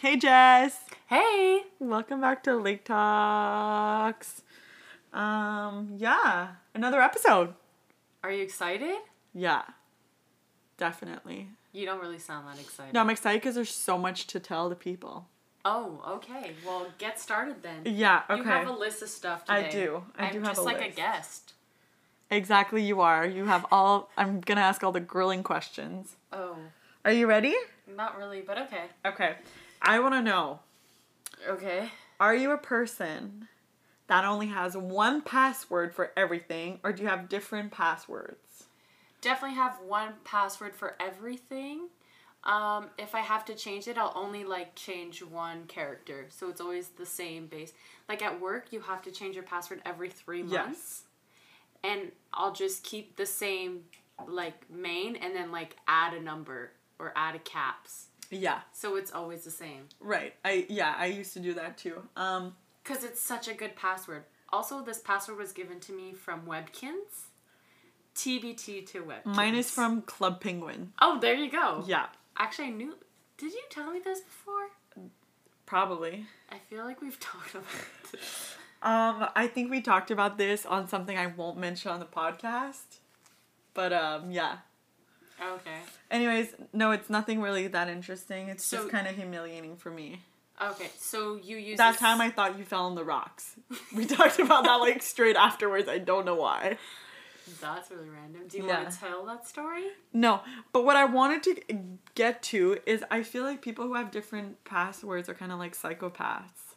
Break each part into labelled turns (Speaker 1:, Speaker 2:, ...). Speaker 1: Hey, Jess.
Speaker 2: Hey.
Speaker 1: Welcome back to Lake Talks. Um, yeah, another episode.
Speaker 2: Are you excited?
Speaker 1: Yeah, definitely.
Speaker 2: You don't really sound that excited.
Speaker 1: No, I'm excited because there's so much to tell the people.
Speaker 2: Oh, okay. Well, get started then.
Speaker 1: Yeah, okay.
Speaker 2: You have a list of stuff
Speaker 1: I
Speaker 2: today.
Speaker 1: do. I
Speaker 2: am
Speaker 1: do have
Speaker 2: just
Speaker 1: a
Speaker 2: like
Speaker 1: list.
Speaker 2: a guest.
Speaker 1: exactly, you are. You have all, I'm going to ask all the grilling questions.
Speaker 2: Oh,
Speaker 1: Are you ready?
Speaker 2: not really, but okay.
Speaker 1: Okay. I want to know
Speaker 2: Okay.
Speaker 1: Are you a person that only has one password for everything, or do you have different passwords?
Speaker 2: Definitely have one password for everything. Um, if I have to change it, I'll only like change one character. So it's always the same base. Like at work, you have to change your password every three months. and I'll just keep the same like main and then like add a number or add a caps.
Speaker 1: Yeah.
Speaker 2: So it's always the same
Speaker 1: Right. I yeah, I used to do that too. Um
Speaker 2: cuz it's such a good password. Also this password was given to me from Webkins. TBT to Webkins.
Speaker 1: mine is from Club Penguin.
Speaker 2: Oh, there you go.
Speaker 1: Yeah,
Speaker 2: Actually, I knew Did you tell me this before?
Speaker 1: probably.
Speaker 2: I feel like we've talked about this.
Speaker 1: Um I think we talked about this on something I won't mention on the podcast. But um yeah.
Speaker 2: Okay.
Speaker 1: Anyways, no, it's nothing really that interesting. It's
Speaker 2: So-
Speaker 1: just kind of humiliating for me.
Speaker 2: Okay. So you use
Speaker 1: That
Speaker 2: this-
Speaker 1: time I thought you fell on the rocks. We talked about that like straight afterwards. I don't know why.
Speaker 2: That's really random. Do you
Speaker 1: Yeah.
Speaker 2: want to tell that story?
Speaker 1: No, but what I wanted to get to is I feel like people who have different passwords are kind of like psychopaths.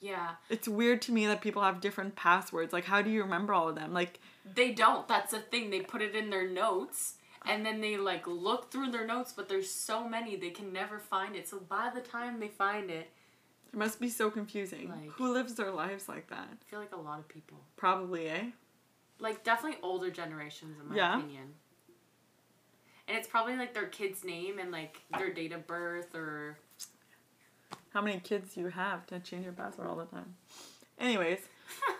Speaker 2: Yeah.
Speaker 1: It's weird to me that people have different passwords. Like, how do you remember all of them? Like,
Speaker 2: They don't. That's the thing. They put it in their notes and then they like look through their notes, but there's so many they can never find it. So by the time they find it,
Speaker 1: it must be so confusing.
Speaker 2: Like-
Speaker 1: Who lives their lives like that?
Speaker 2: I feel like a lot of people,
Speaker 1: Probably, eh?
Speaker 2: like definitely older generations, in my
Speaker 1: Yeah.
Speaker 2: opinion. And it's probably like their kid's name and like their date of birth or
Speaker 1: How many kids do you have to change your password all the time? Anyways,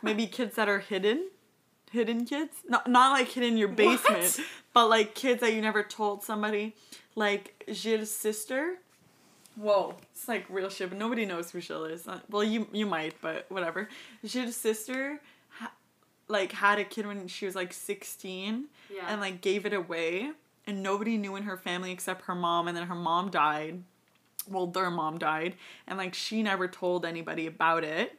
Speaker 1: maybe kids that are hidden. Hidden kids? Not, not like hidden in your basement, but like kids that you never told somebody. Like Gilles' sister. Whoa, it's like real shit, but nobody knows who Jill is. Not- Well, you you might, but whatever. Gilles' sister, ha- like, had a kid when she was like 16
Speaker 2: Yeah.
Speaker 1: and like gave it away, and nobody knew in her family except her mom, and then her mom died. Well, their mom died, and like she never told anybody about it.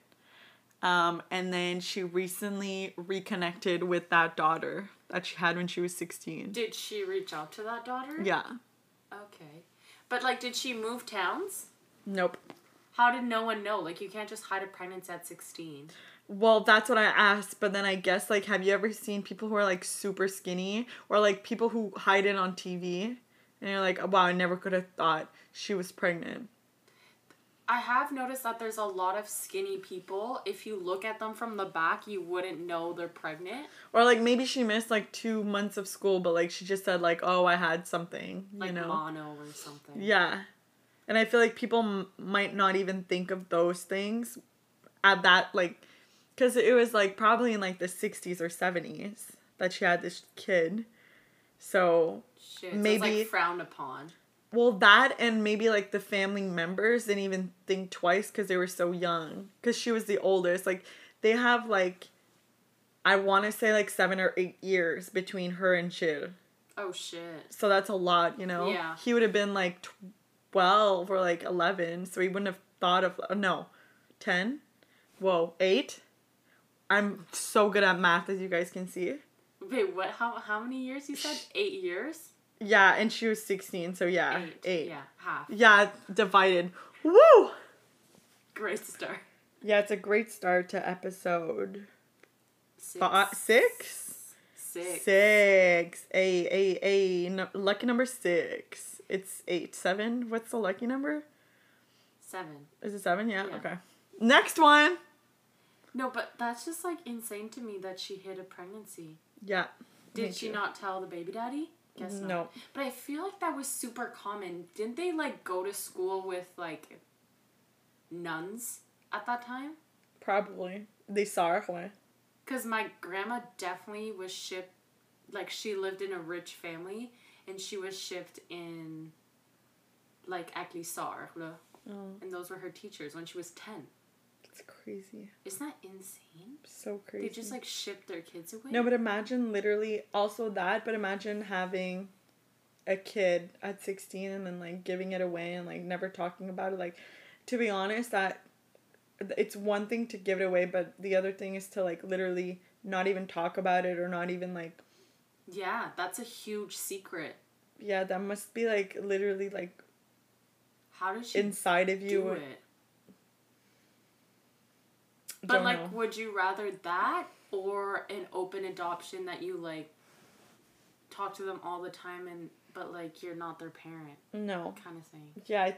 Speaker 1: Um, and then she recently reconnected with that daughter that she had when she was 16.
Speaker 2: Did she reach out to that daughter?
Speaker 1: Yeah.
Speaker 2: Okay. But like, did she move towns?
Speaker 1: Nope.
Speaker 2: How did no one know? Like, you can't just hide a pregnancy at 16.
Speaker 1: Well, that's what I asked, but then I guess like have you ever seen people who are like super skinny or like people who hide it on TV and you're like, "Wow, I never could have thought she was pregnant."
Speaker 2: I have noticed that there's a lot of skinny people. If you look at them from the back, you wouldn't know they're pregnant.
Speaker 1: Or like maybe she missed like 2 months of school, but like she just said like, "Oh, I had something," you
Speaker 2: Like
Speaker 1: know.
Speaker 2: mono or something.
Speaker 1: Yeah. And I feel like people m- might not even think of those things at that like cuz it was like probably in like the 60s or 70s that she had this kid. So,
Speaker 2: Shit. so it's
Speaker 1: Maybe-
Speaker 2: like frowned upon.
Speaker 1: Well, that and maybe like the family members didn't even think twice because they were so young. Because she was the oldest. Like they have like, I want to say like seven or eight years between her and Shir.
Speaker 2: Oh shit.
Speaker 1: So that's a lot, you know?
Speaker 2: Yeah.
Speaker 1: He would have been like 12 or like 11. So he wouldn't have thought of, uh, no, 10? Whoa, 8? I'm so good at math as you guys can see.
Speaker 2: Wait, what? How how many years? You said eight years.
Speaker 1: Yeah, and she was 16. So yeah, 8.
Speaker 2: Yeah, half.
Speaker 1: yeah divided. Woo!
Speaker 2: Great start.
Speaker 1: Yeah, it's a great start to episode
Speaker 2: Six.
Speaker 1: fi- Uh, six.
Speaker 2: Six.
Speaker 1: Six. A a a. No, lucky number six. It's eight seven. What's the lucky number?
Speaker 2: Seven.
Speaker 1: Is it seven? Yeah.
Speaker 2: Yeah.
Speaker 1: Okay. Next one.
Speaker 2: No, but that's just like insane to me that she hid a pregnancy.
Speaker 1: Yeah.
Speaker 2: Did
Speaker 1: Me
Speaker 2: she
Speaker 1: too.
Speaker 2: not tell the baby daddy? Guess not.
Speaker 1: No.
Speaker 2: But I feel like that was super common. Didn't they like go to school with like nuns at that time?
Speaker 1: Probably they saw her. one.
Speaker 2: Cause my grandma definitely was shipped. Like she lived in a rich family, and she was shipped in, like Aklisar,
Speaker 1: Oh,
Speaker 2: and those were her teachers when she was 10.
Speaker 1: it's crazy.
Speaker 2: Isn't that insane?
Speaker 1: So crazy.
Speaker 2: They just like shipped their kids away.
Speaker 1: No, but imagine literally also that, but imagine having a kid at 16 and then like giving it away and like never talking about it. Like, to be honest, that it's one thing to give it away, but the other thing is to like literally not even talk about it or not even like,
Speaker 2: yeah, that's a huge secret.
Speaker 1: yeah, that must be like literally like
Speaker 2: How did she
Speaker 1: inside of you.
Speaker 2: do
Speaker 1: or-
Speaker 2: it? But
Speaker 1: don't
Speaker 2: like,
Speaker 1: know.
Speaker 2: would you rather that or an open adoption that you like talk to them all the time and but like you're not their parent
Speaker 1: no.
Speaker 2: kind of thing?
Speaker 1: Yeah, I,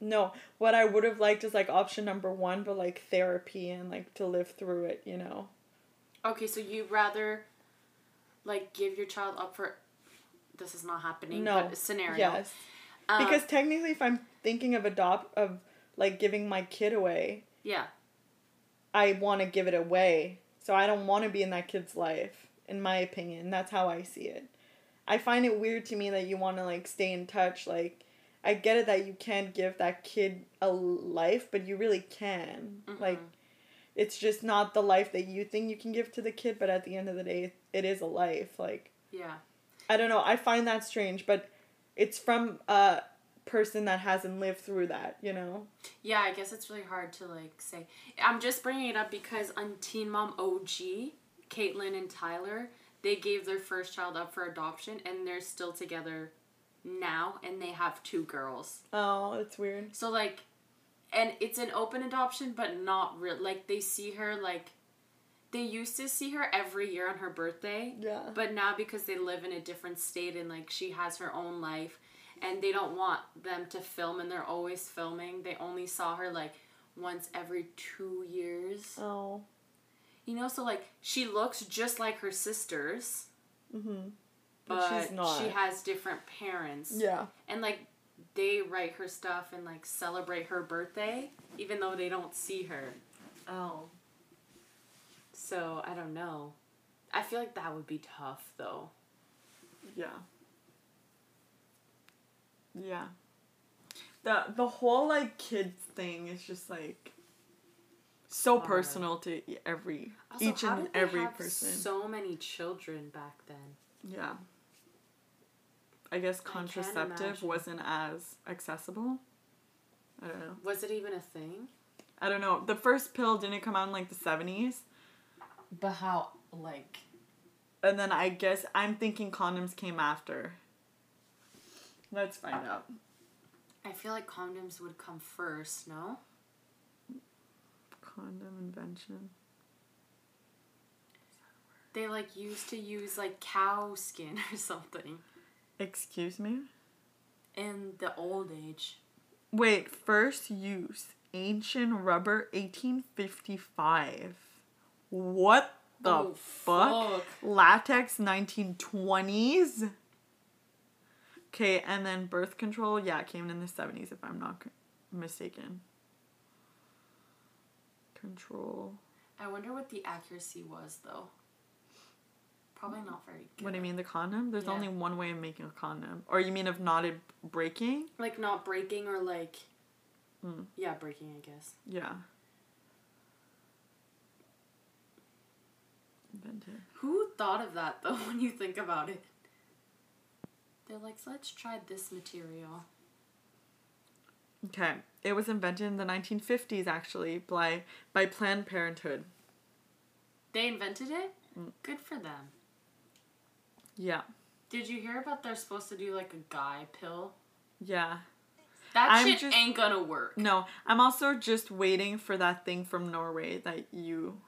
Speaker 1: no. What I would have liked is like option number one, but like therapy and like to live through it, you know?
Speaker 2: Okay, so you rather like give your child up for this is not happening.
Speaker 1: No.
Speaker 2: but scenario.
Speaker 1: Yes.
Speaker 2: Um,
Speaker 1: because technically if i'm thinking of adopt of like giving my kid away
Speaker 2: yeah,
Speaker 1: i want to give it away so i don't want to be in that kid's life in my opinion that's how i see it i find it weird to me that you want to like stay in touch like i get it that you can't give that kid a life but you really can like it's just not the life that you think you can give to the kid but at the end of the day it is a life like
Speaker 2: yeah.
Speaker 1: I don't know. I find that strange, but it's from a person that hasn't lived through that, you know?
Speaker 2: Yeah, I guess it's really hard to like say. I'm just bringing it up because on Teen Mom OG, Caitlyn and Tyler, they gave their first child up for adoption and they're still together now and they have two girls.
Speaker 1: Oh, that's weird.
Speaker 2: So like and it's an open adoption but not real like they see her like they used to see her every year on her birthday.
Speaker 1: Yeah.
Speaker 2: But now because they live in a different state and like she has her own life and they don't want them to film and they're always filming. They only saw her like once every 2 years.
Speaker 1: Oh.
Speaker 2: You know, so like she looks just like her sisters,
Speaker 1: Mm-hmm.
Speaker 2: but,
Speaker 1: she's not.
Speaker 2: she has different parents.
Speaker 1: Yeah.
Speaker 2: And like they write her stuff and like celebrate her birthday even though they don't see her.
Speaker 1: Oh.
Speaker 2: So, I don't know. I feel like that would be tough though.
Speaker 1: Yeah. Yeah. The the whole like kids thing is just like so
Speaker 2: Hard.
Speaker 1: personal to e- every
Speaker 2: Also,
Speaker 1: each
Speaker 2: how
Speaker 1: and
Speaker 2: did they
Speaker 1: every
Speaker 2: have
Speaker 1: person.
Speaker 2: So many children back then.
Speaker 1: yeah. I guess
Speaker 2: can't
Speaker 1: contraceptive
Speaker 2: imagine.
Speaker 1: wasn't as accessible. I don't know.
Speaker 2: Was it even a thing?
Speaker 1: I don't know. The first pill didn't come out in like the 70s.
Speaker 2: But how like
Speaker 1: And then I guess I'm thinking condoms came after. Let's find out.
Speaker 2: I feel like condoms would come first, no?
Speaker 1: Condom invention.
Speaker 2: They like used to use like cow skin or something
Speaker 1: Excuse me?
Speaker 2: in the old age.
Speaker 1: Wait, first use ancient rubber 1855. What the
Speaker 2: Oh,
Speaker 1: fuck?
Speaker 2: fuck.
Speaker 1: Latex 1920s? Okay, and then birth control, yeah, it came in the 70s if I'm not c- mistaken. Control.
Speaker 2: I wonder what the accuracy was though. Probably not very good.
Speaker 1: What do you mean, the condom? There's
Speaker 2: Yeah.
Speaker 1: only one way of making a condom. Or you mean of not it breaking?
Speaker 2: Like not breaking or like
Speaker 1: Mm.
Speaker 2: yeah, breaking I guess.
Speaker 1: Yeah. Invented.
Speaker 2: Who thought of that though when you think about it? They're like, let's try this material.
Speaker 1: Okay. It was invented in the 1950s, actually, by, by Planned Parenthood.
Speaker 2: They invented it?
Speaker 1: Hmm.
Speaker 2: Good for them.
Speaker 1: Yeah.
Speaker 2: Did you hear about they're supposed to do like a guy pill?
Speaker 1: Yeah.
Speaker 2: That
Speaker 1: I'm
Speaker 2: shit
Speaker 1: just-
Speaker 2: ain't gonna work.
Speaker 1: No, I'm also just waiting for that thing from Norway that you.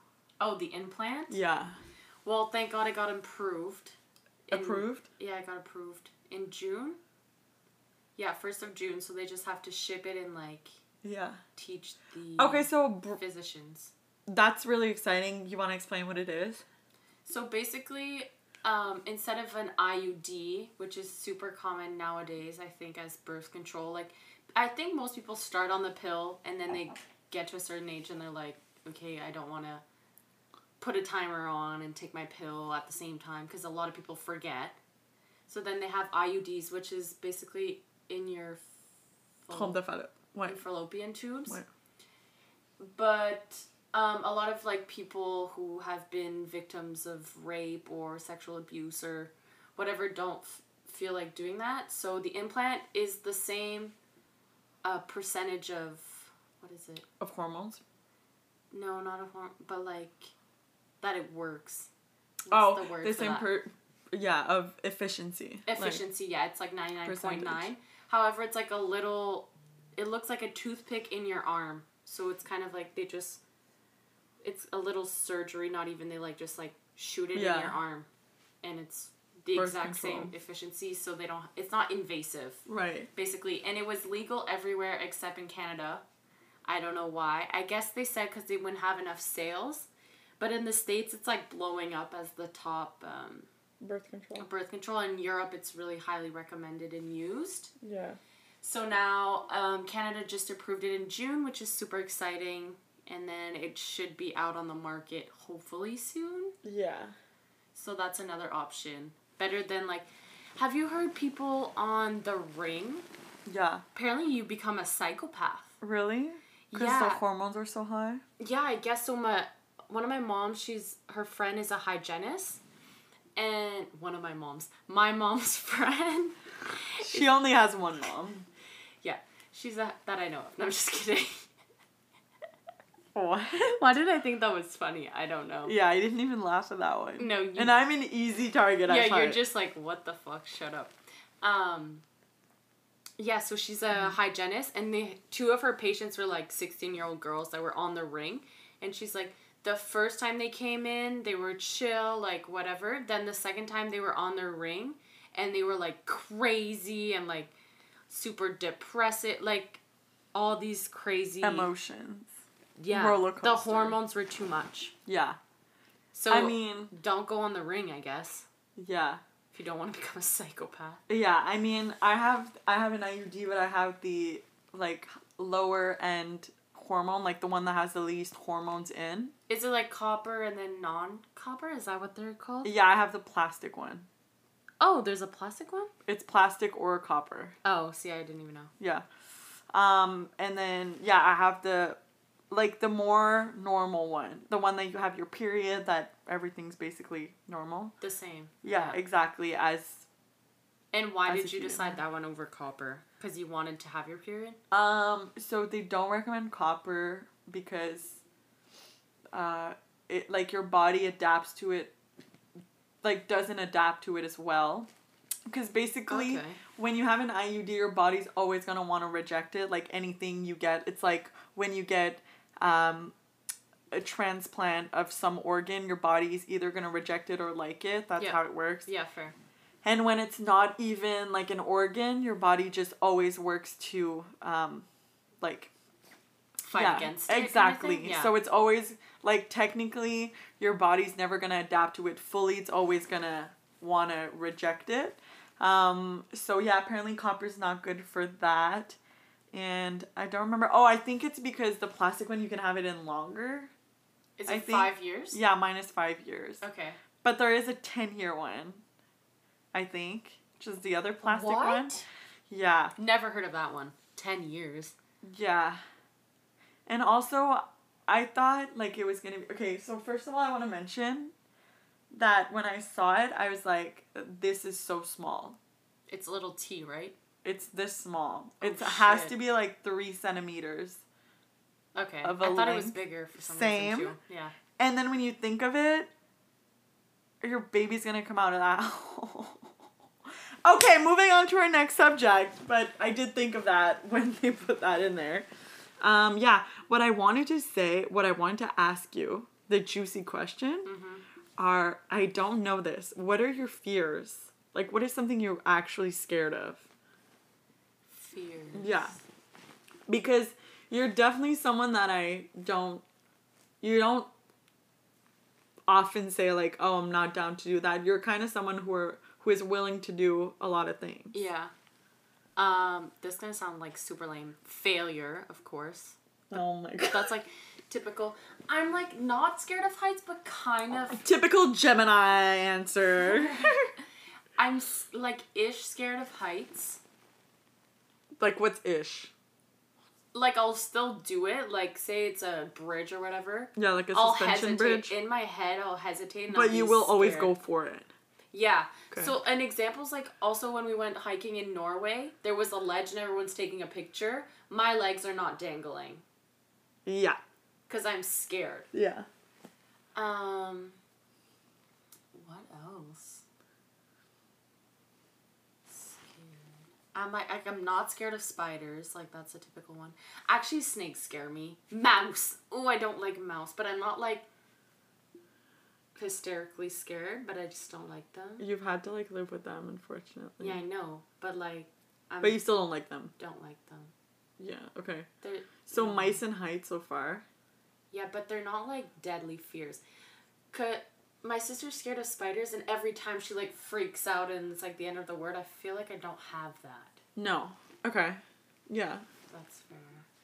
Speaker 2: Oh, the implant?
Speaker 1: Yeah.
Speaker 2: Well, thank God it got improved. in-
Speaker 1: Approved?
Speaker 2: Yeah, it got approved in June. Yeah, first of June. So they just have to ship it and like
Speaker 1: Yeah.
Speaker 2: teach the
Speaker 1: Okay, so br-
Speaker 2: physicians.
Speaker 1: that's really exciting. You want to explain what it is?
Speaker 2: So basically, um, instead of an IUD, which is super common nowadays, I think as birth control, like I think most people start on the pill and then they get to a certain age and they're like, okay, I don't want to put a timer on and take my pill at the same time because a lot of people forget. So then they have IUDs, which is basically in your
Speaker 1: Hold the phone up. What?
Speaker 2: and fallopian tubes.
Speaker 1: What?
Speaker 2: But um, a lot of like people who have been victims of rape or sexual abuse or whatever don't f- feel like doing that. So the implant is the same uh, percentage of what is it?
Speaker 1: Of hormones.
Speaker 2: No, not a hormone, but like that it works.
Speaker 1: oh,
Speaker 2: the word
Speaker 1: the
Speaker 2: for
Speaker 1: same
Speaker 2: that?
Speaker 1: per. Yeah, of efficiency. Like,
Speaker 2: efficiency yeah it's like 99.9
Speaker 1: Percentage.
Speaker 2: however it's like a little it looks like a toothpick in your arm so it's kind of like they just it's a little surgery not even they like just like shoot it in
Speaker 1: Yeah.
Speaker 2: your arm and it's the
Speaker 1: Birth
Speaker 2: exact same
Speaker 1: control.
Speaker 2: efficiency so they don't it's not invasive
Speaker 1: right.
Speaker 2: basically and it was legal everywhere except in canada i don't know why i guess they said because they wouldn't have enough sales but in the states it's like blowing up as the top um,
Speaker 1: Birth control.
Speaker 2: of birth control in Europe it's really highly recommended and used.
Speaker 1: Yeah.
Speaker 2: So now um, Canada just approved it in June, which is super exciting, and then it should be out on the market hopefully soon.
Speaker 1: Yeah.
Speaker 2: So that's another option. Better than like, have you heard people on The Ring?
Speaker 1: Yeah.
Speaker 2: Apparently, you become a psychopath.
Speaker 1: Really? Because the
Speaker 2: Yeah.
Speaker 1: hormones are so high.
Speaker 2: yeah, I guess so. My one of my moms, she's her friend is a hygienist, and one of my moms, my mom's friend.
Speaker 1: She only has one mom.
Speaker 2: Yeah, she's a that I know of. No, I'm just kidding.
Speaker 1: What?
Speaker 2: Why did I think that was funny? I don't know.
Speaker 1: Yeah, I didn't even laugh at that one.
Speaker 2: No, you-
Speaker 1: and I'm an easy target. I
Speaker 2: yeah, you're
Speaker 1: find.
Speaker 2: just like, what the fuck? Shut up. Um, yeah, so she's a
Speaker 1: Mm-hmm.
Speaker 2: hygienist, and the two of her patients were like 16 year old girls that were on the ring, and she's like, the first time they came in, they were chill, like whatever. Then the second time they were on the ring, and they were like crazy and like super depressive, like all these crazy
Speaker 1: emotions.
Speaker 2: yeah.
Speaker 1: roller
Speaker 2: The
Speaker 1: coaster.
Speaker 2: hormones were too much.
Speaker 1: Yeah.
Speaker 2: So
Speaker 1: I mean,
Speaker 2: don't go on the ring, I guess,
Speaker 1: yeah.
Speaker 2: if you don't want to become a psychopath.
Speaker 1: Yeah, I mean, I have I have an IUD, but I have the like lower end hormone, like the one that has the least hormones in.
Speaker 2: Is it like copper and then non-copper? Is that what they're called?
Speaker 1: Yeah, I have the plastic one.
Speaker 2: Oh, there's a plastic one.
Speaker 1: It's plastic or copper.
Speaker 2: Oh, see, I didn't even know.
Speaker 1: Yeah. Um and then yeah, I have the like the more normal one. The one that you have your period that everything's basically normal.
Speaker 2: The same.
Speaker 1: Yeah, exactly as
Speaker 2: And why
Speaker 1: As
Speaker 2: did
Speaker 1: if
Speaker 2: you
Speaker 1: you-
Speaker 2: decide that one over copper? Because you wanted to have your period.
Speaker 1: Um, so they don't recommend copper because uh it like your body adapts to it like doesn't adapt to it as well. Cuz basically
Speaker 2: Okay.
Speaker 1: when you have an IUD your body's always going to want to reject it like anything you get. It's like when you get um a transplant of some organ, your body's either going to reject it or like it. That's
Speaker 2: Yeah.
Speaker 1: how it works.
Speaker 2: Yeah, fair.
Speaker 1: And when it's not even like an organ, your body just always works to um like
Speaker 2: Fight
Speaker 1: yeah,
Speaker 2: against it. kind of
Speaker 1: Exactly.
Speaker 2: thing? Yeah.
Speaker 1: So it's always like technically your body's never going to adapt to it fully. It's always going to want to reject it. Um so yeah, apparently copper's not good for that. And I don't remember. Oh, I think it's because the plastic one you can have it in longer.
Speaker 2: is it
Speaker 1: I think-
Speaker 2: five years?
Speaker 1: Yeah, minus 5 years.
Speaker 2: Okay.
Speaker 1: But there is a 10-year one. I think. Which is the other plastic one. Yeah.
Speaker 2: Never heard of that one. Ten years.
Speaker 1: Yeah. And also, I thought like it was gonna be okay. So first of all, I want to mention that when I saw it, I was like, "This is so small.
Speaker 2: It's a little T, right?
Speaker 1: It's this small.
Speaker 2: Oh,
Speaker 1: it has
Speaker 2: shit.
Speaker 1: to be like three centimeters."
Speaker 2: Okay.
Speaker 1: Of
Speaker 2: I
Speaker 1: a
Speaker 2: thought it was
Speaker 1: length.
Speaker 2: bigger for some
Speaker 1: Same.
Speaker 2: reason too. Yeah.
Speaker 1: And then when you think of it, your baby's gonna come out of that. hole. okay, moving on to our next subject. But I did think of that when they put that in there. Um, yeah, what I wanted to say, what I wanted to ask you, the juicy question are I don't know this. What are your fears? Like, what is something you're actually scared of?
Speaker 2: Fear.
Speaker 1: Yeah. Because you're definitely someone that I don't you don't often say like, "Oh, I'm not down to do that." You're kind of someone who are who is willing to do a lot of things.
Speaker 2: Yeah. Um, this is gonna sound like super lame. Failure, of course.
Speaker 1: Oh my god.
Speaker 2: That's like typical. I'm like not scared of heights, but kind of.
Speaker 1: typical Gemini answer.
Speaker 2: I'm s- like ish scared of heights.
Speaker 1: like what's ish?
Speaker 2: like I'll still do it. Like say it's a bridge or whatever.
Speaker 1: Yeah, like a
Speaker 2: I'll
Speaker 1: suspension
Speaker 2: hesitate
Speaker 1: bridge.
Speaker 2: in my head. I'll hesitate. And
Speaker 1: But
Speaker 2: I'll
Speaker 1: you
Speaker 2: be
Speaker 1: will always
Speaker 2: scared.
Speaker 1: go for it.
Speaker 2: Yeah.
Speaker 1: Okay.
Speaker 2: So an example's like also when we went hiking in Norway, there was a ledge and everyone's taking a picture. My legs are not dangling
Speaker 1: Yeah.
Speaker 2: because I'm scared.
Speaker 1: Yeah.
Speaker 2: Um. What else? Scared. I'm like like, I'm not scared of spiders. Like that's a typical one. Actually, snakes scare me. Mouse. Oh, I don't like mouse, but I'm not like hysterically scared. But I just don't like them.
Speaker 1: You've had to like live with them, unfortunately.
Speaker 2: Yeah, I know, but like I
Speaker 1: But you still don't like them.
Speaker 2: don't like them.
Speaker 1: Yeah. Okay.
Speaker 2: They're
Speaker 1: So
Speaker 2: no.
Speaker 1: mice and height so far.
Speaker 2: Yeah, but they're not like deadly fears. Could my sister's scared of spiders, and every time she like freaks out, and it's like the end of the word. I feel like I don't have that.
Speaker 1: No. Okay. Yeah.
Speaker 2: That's fair.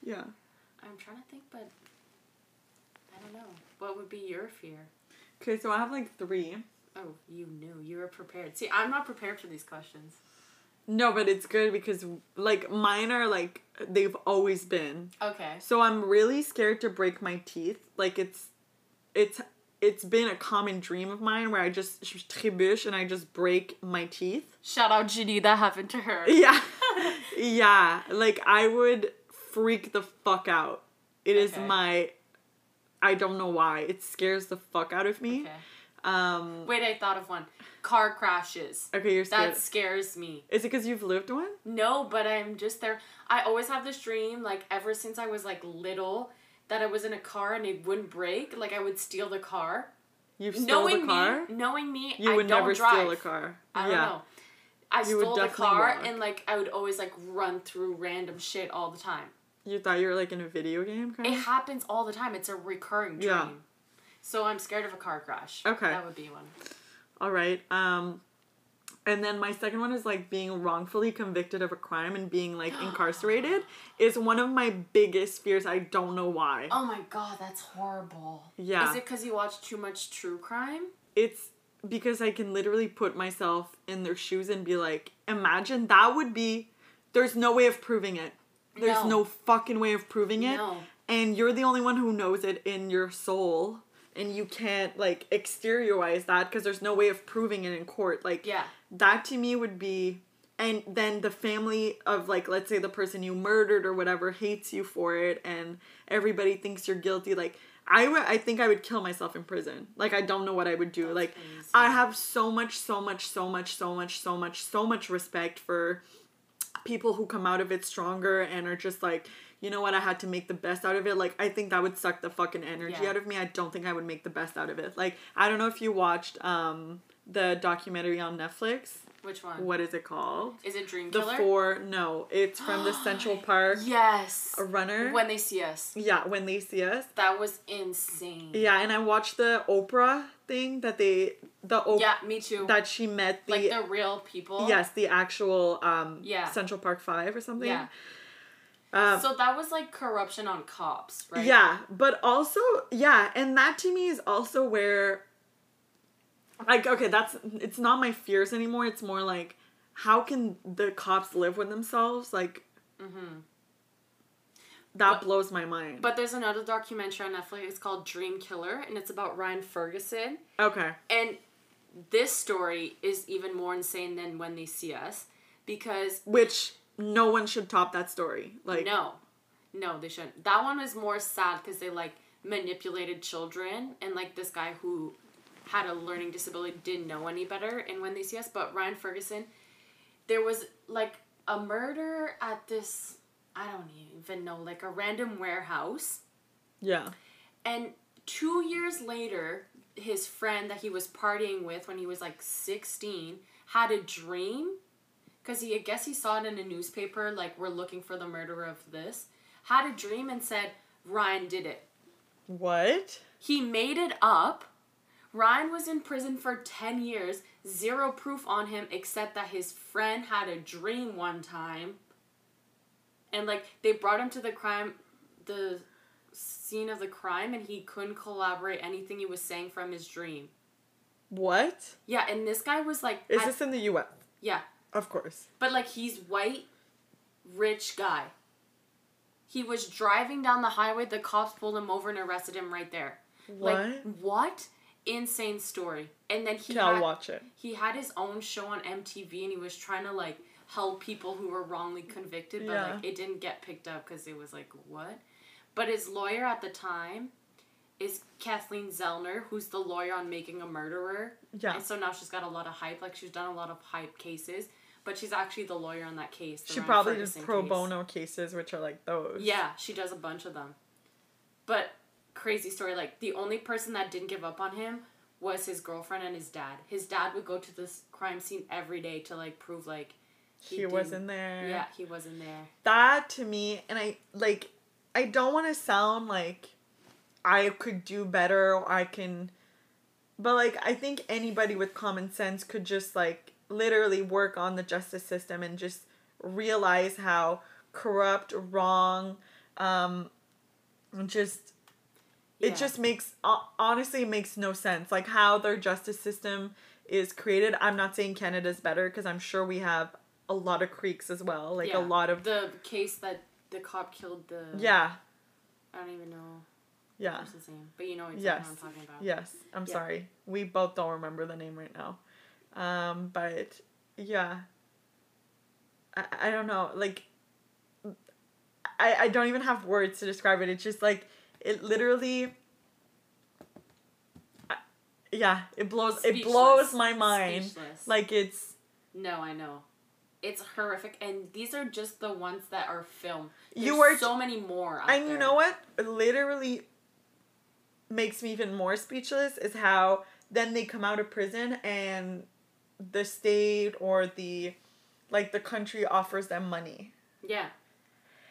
Speaker 1: Yeah.
Speaker 2: I'm trying to think, but I don't know. What would be your fear?
Speaker 1: Okay, so I have like three.
Speaker 2: Oh, you knew. You were prepared. See, I'm not prepared for these questions.
Speaker 1: No, but it's good because like mine are like they've always been.
Speaker 2: Okay.
Speaker 1: So I'm really scared to break my teeth. Like it's it's it's been a common dream of mine where I just trébuche and I just break my teeth.
Speaker 2: Shout out Ginny. That happened to her.
Speaker 1: Yeah. yeah. Like I would freak the fuck out. It is
Speaker 2: Okay.
Speaker 1: my I don't know why. It scares the fuck out of me.
Speaker 2: Okay.
Speaker 1: Um
Speaker 2: Wait, I thought of one. Car crashes.
Speaker 1: okay, you're scared.
Speaker 2: That scares me.
Speaker 1: Is it cuz you've lived one?
Speaker 2: No, but I'm just there. I always have this dream, like ever since I was like little, that I was in a car and it wouldn't break. Like I would steal the car.
Speaker 1: You've stolen
Speaker 2: knowing
Speaker 1: a car?
Speaker 2: me, knowing me,
Speaker 1: You
Speaker 2: I
Speaker 1: would
Speaker 2: don't
Speaker 1: never
Speaker 2: drive.
Speaker 1: steal a car.
Speaker 2: I don't know. I
Speaker 1: You would
Speaker 2: stole the
Speaker 1: definitely
Speaker 2: car
Speaker 1: walk.
Speaker 2: and like I would always like run through random shit all the time.
Speaker 1: You thought you were like in a video game kind
Speaker 2: It
Speaker 1: of?
Speaker 2: happens all the time. It's a recurring dream.
Speaker 1: Mm-hmm. Yeah.
Speaker 2: So I'm scared of a car crash.
Speaker 1: Okay.
Speaker 2: That would be one.
Speaker 1: All right. Um and then my second one is like being wrongfully convicted of a crime and being like incarcerated is one of my biggest fears. I don't know why.
Speaker 2: Oh my god, that's horrible.
Speaker 1: Yeah.
Speaker 2: Is it because you watch too much true crime?
Speaker 1: it's because I can literally put myself in their shoes and be like, imagine that would be. There's no way of proving it. There's
Speaker 2: No.
Speaker 1: no, fucking way of proving it.
Speaker 2: No.
Speaker 1: And you're the only one who knows it in your soul. And you can't like exteriorize that because there's no way of proving it in court. Like,
Speaker 2: Yeah.
Speaker 1: that to me would be. And then the family of, like, let's say the person you murdered or whatever hates you for it and everybody thinks you're guilty. Like, I would, I think I would kill myself in prison. Like, I don't know what I would do. like,
Speaker 2: crazy.
Speaker 1: I have so much, so much, so much, so much, so much, so much respect for people who come out of it stronger and are just like, you know what, I had to make the best out of it. Like, I think that would suck the fucking energy
Speaker 2: Yeah.
Speaker 1: out of me. I don't think I would make the best out of it. Like, I don't know if you watched um, the documentary on Netflix.
Speaker 2: Which one?
Speaker 1: What is it called?
Speaker 2: Is it Dream
Speaker 1: The
Speaker 2: Killer?
Speaker 1: Four. No, it's from the Central Park
Speaker 2: Yes.
Speaker 1: runner.
Speaker 2: When they see us.
Speaker 1: yeah, when they see us.
Speaker 2: That was insane.
Speaker 1: Yeah, and I watched the Oprah thing that they, the Oprah
Speaker 2: Yeah, me too.
Speaker 1: that she met the
Speaker 2: like the real people.
Speaker 1: Yes, the actual um
Speaker 2: Yeah.
Speaker 1: Central Park Five or something.
Speaker 2: Yeah.
Speaker 1: Um,
Speaker 2: so that was like corruption on cops, right?
Speaker 1: Yeah, but also yeah, and that to me is also where like okay, that's it's not my fears anymore. It's more like how can the cops live with themselves? Like that
Speaker 2: Mm-hmm. But-
Speaker 1: blows my mind.
Speaker 2: But there's another documentary on Netflix. It's called Dream Killer, and it's about Ryan Ferguson.
Speaker 1: okay.
Speaker 2: And this story is even more insane than When They See Us because
Speaker 1: Which no one should top that story. Like
Speaker 2: no, no, they shouldn't. That one was more sad because they like manipulated children and like this guy who had a learning disability didn't know any better. And when they see us, but Ryan Ferguson, there was like a murder at this I don't even know like a random warehouse.
Speaker 1: Yeah.
Speaker 2: And two years later, his friend that he was partying with when he was like 16 had a dream because he, I guess he saw it in a newspaper, like, we're looking for the murderer of this. Had a dream and said, Ryan did it.
Speaker 1: What?
Speaker 2: He made it up. Ryan was in prison for 10 years, zero proof on him except that his friend had a dream one time. And like they brought him to the crime the scene of the crime and he couldn't collaborate anything he was saying from his dream.
Speaker 1: What?
Speaker 2: Yeah, and this guy was like
Speaker 1: Is
Speaker 2: at-
Speaker 1: this in the US?
Speaker 2: yeah,
Speaker 1: Of course.
Speaker 2: but like he's white rich guy. He was driving down the highway. The cops pulled him over and arrested him right there. Like what? Insane story. And then he
Speaker 1: Okay, I'll
Speaker 2: had-
Speaker 1: watch it.
Speaker 2: he had his own show on MTV and he was trying to like help people who were wrongly convicted, but
Speaker 1: Yeah.
Speaker 2: like it didn't get picked up because it was like what? But his lawyer at the time is Kathleen Zellner, who's the lawyer on Making a Murderer.
Speaker 1: Yeah.
Speaker 2: And so now she's got a lot of hype. Like she's done a lot of hype cases, but she's actually the lawyer on that case. the
Speaker 1: She
Speaker 2: Ron
Speaker 1: probably does
Speaker 2: Ferguson
Speaker 1: pro
Speaker 2: case.
Speaker 1: bono cases, which are like those.
Speaker 2: Yeah, she does a bunch of them. But crazy story. Like the only person that didn't give up on him was his girlfriend and his dad. His dad would go to this crime scene every day to like prove like
Speaker 1: He,
Speaker 2: didn't-
Speaker 1: was in there.
Speaker 2: Yeah, he wasn't there.
Speaker 1: That to me, and I like, I don't want to sound like I could do better or I can, but like, I think anybody with common sense could just like literally work on the justice system and just realize how corrupt, wrong, um, and just
Speaker 2: Yeah.
Speaker 1: it just makes ho- honestly it makes no sense like how their justice system is created i'm not saying canada's better because i'm sure we have a lot of creeks as well like
Speaker 2: Yeah. Mm-hmm.
Speaker 1: a lot of
Speaker 2: the case that the cop killed the
Speaker 1: yeah
Speaker 2: I don't even know the
Speaker 1: yeah
Speaker 2: person's name, but you know exactly
Speaker 1: Yes.
Speaker 2: what I'm talking about.
Speaker 1: yes i'm
Speaker 2: Yeah.
Speaker 1: sorry we both don't remember the name right now um but yeah i, I don't know like I, I don't even have words to describe it it's just like it literally I- yeah it blows it blows
Speaker 2: Speechless.
Speaker 1: my mind
Speaker 2: Speechless.
Speaker 1: Like it's
Speaker 2: No, I know. It's horrific, and these are just the ones that are filmed.
Speaker 1: You
Speaker 2: There's
Speaker 1: were-
Speaker 2: so many more. Out
Speaker 1: and you
Speaker 2: there.
Speaker 1: know what literally makes me even more speechless is how then they come out of prison and the state or the like the country offers them money.
Speaker 2: Yeah,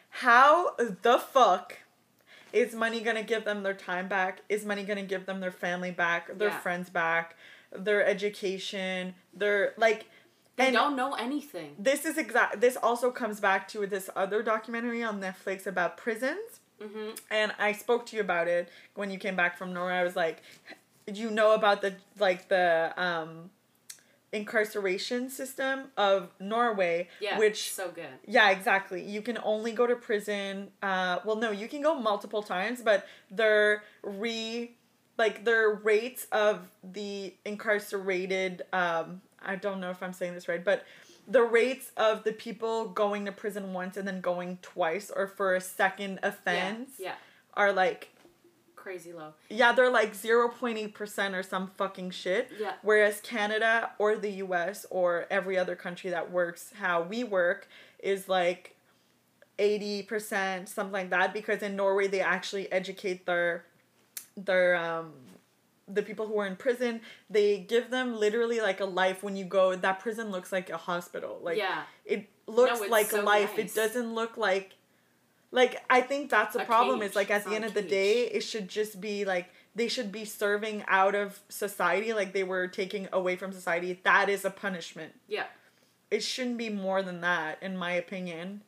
Speaker 1: How the fuck is money gonna give them their time back? Is money gonna give them their family back, their
Speaker 2: Yeah.
Speaker 1: friends back, their education, their like
Speaker 2: they
Speaker 1: and-
Speaker 2: don't know anything.
Speaker 1: this is exact this also comes back to this other documentary on Netflix about prisons.
Speaker 2: hmm
Speaker 1: and I spoke to you about it when you came back from Norway. I was like, you know about the like the um, incarceration system of Norway,
Speaker 2: Yeah,
Speaker 1: which
Speaker 2: so good.
Speaker 1: yeah, exactly. You can only go to prison. Uh, well, no, you can go multiple times, but their re, like their rates of the incarcerated. Um, I don't know if I'm saying this right, but the rates of the people going to prison once and then going twice or for a second offense
Speaker 2: Yeah, yeah,
Speaker 1: are like
Speaker 2: crazy low.
Speaker 1: yeah they're like 0.8% or some fucking shit
Speaker 2: Yeah.
Speaker 1: whereas canada or the us or every other country that works how we work is like 80% something like that because in norway they actually educate their their um the people who are in prison they give them literally like a life when you go that prison looks like a hospital like
Speaker 2: yeah,
Speaker 1: it looks
Speaker 2: No, it's
Speaker 1: like
Speaker 2: so
Speaker 1: life
Speaker 2: nice.
Speaker 1: it doesn't look like like i think that's the
Speaker 2: A
Speaker 1: problem
Speaker 2: cage.
Speaker 1: is like at
Speaker 2: It's
Speaker 1: the
Speaker 2: not
Speaker 1: end
Speaker 2: a
Speaker 1: of the
Speaker 2: cage.
Speaker 1: day it should just be like they should be serving out of society like they were taking away from society that is a punishment
Speaker 2: yeah.
Speaker 1: it shouldn't be more than that in my opinion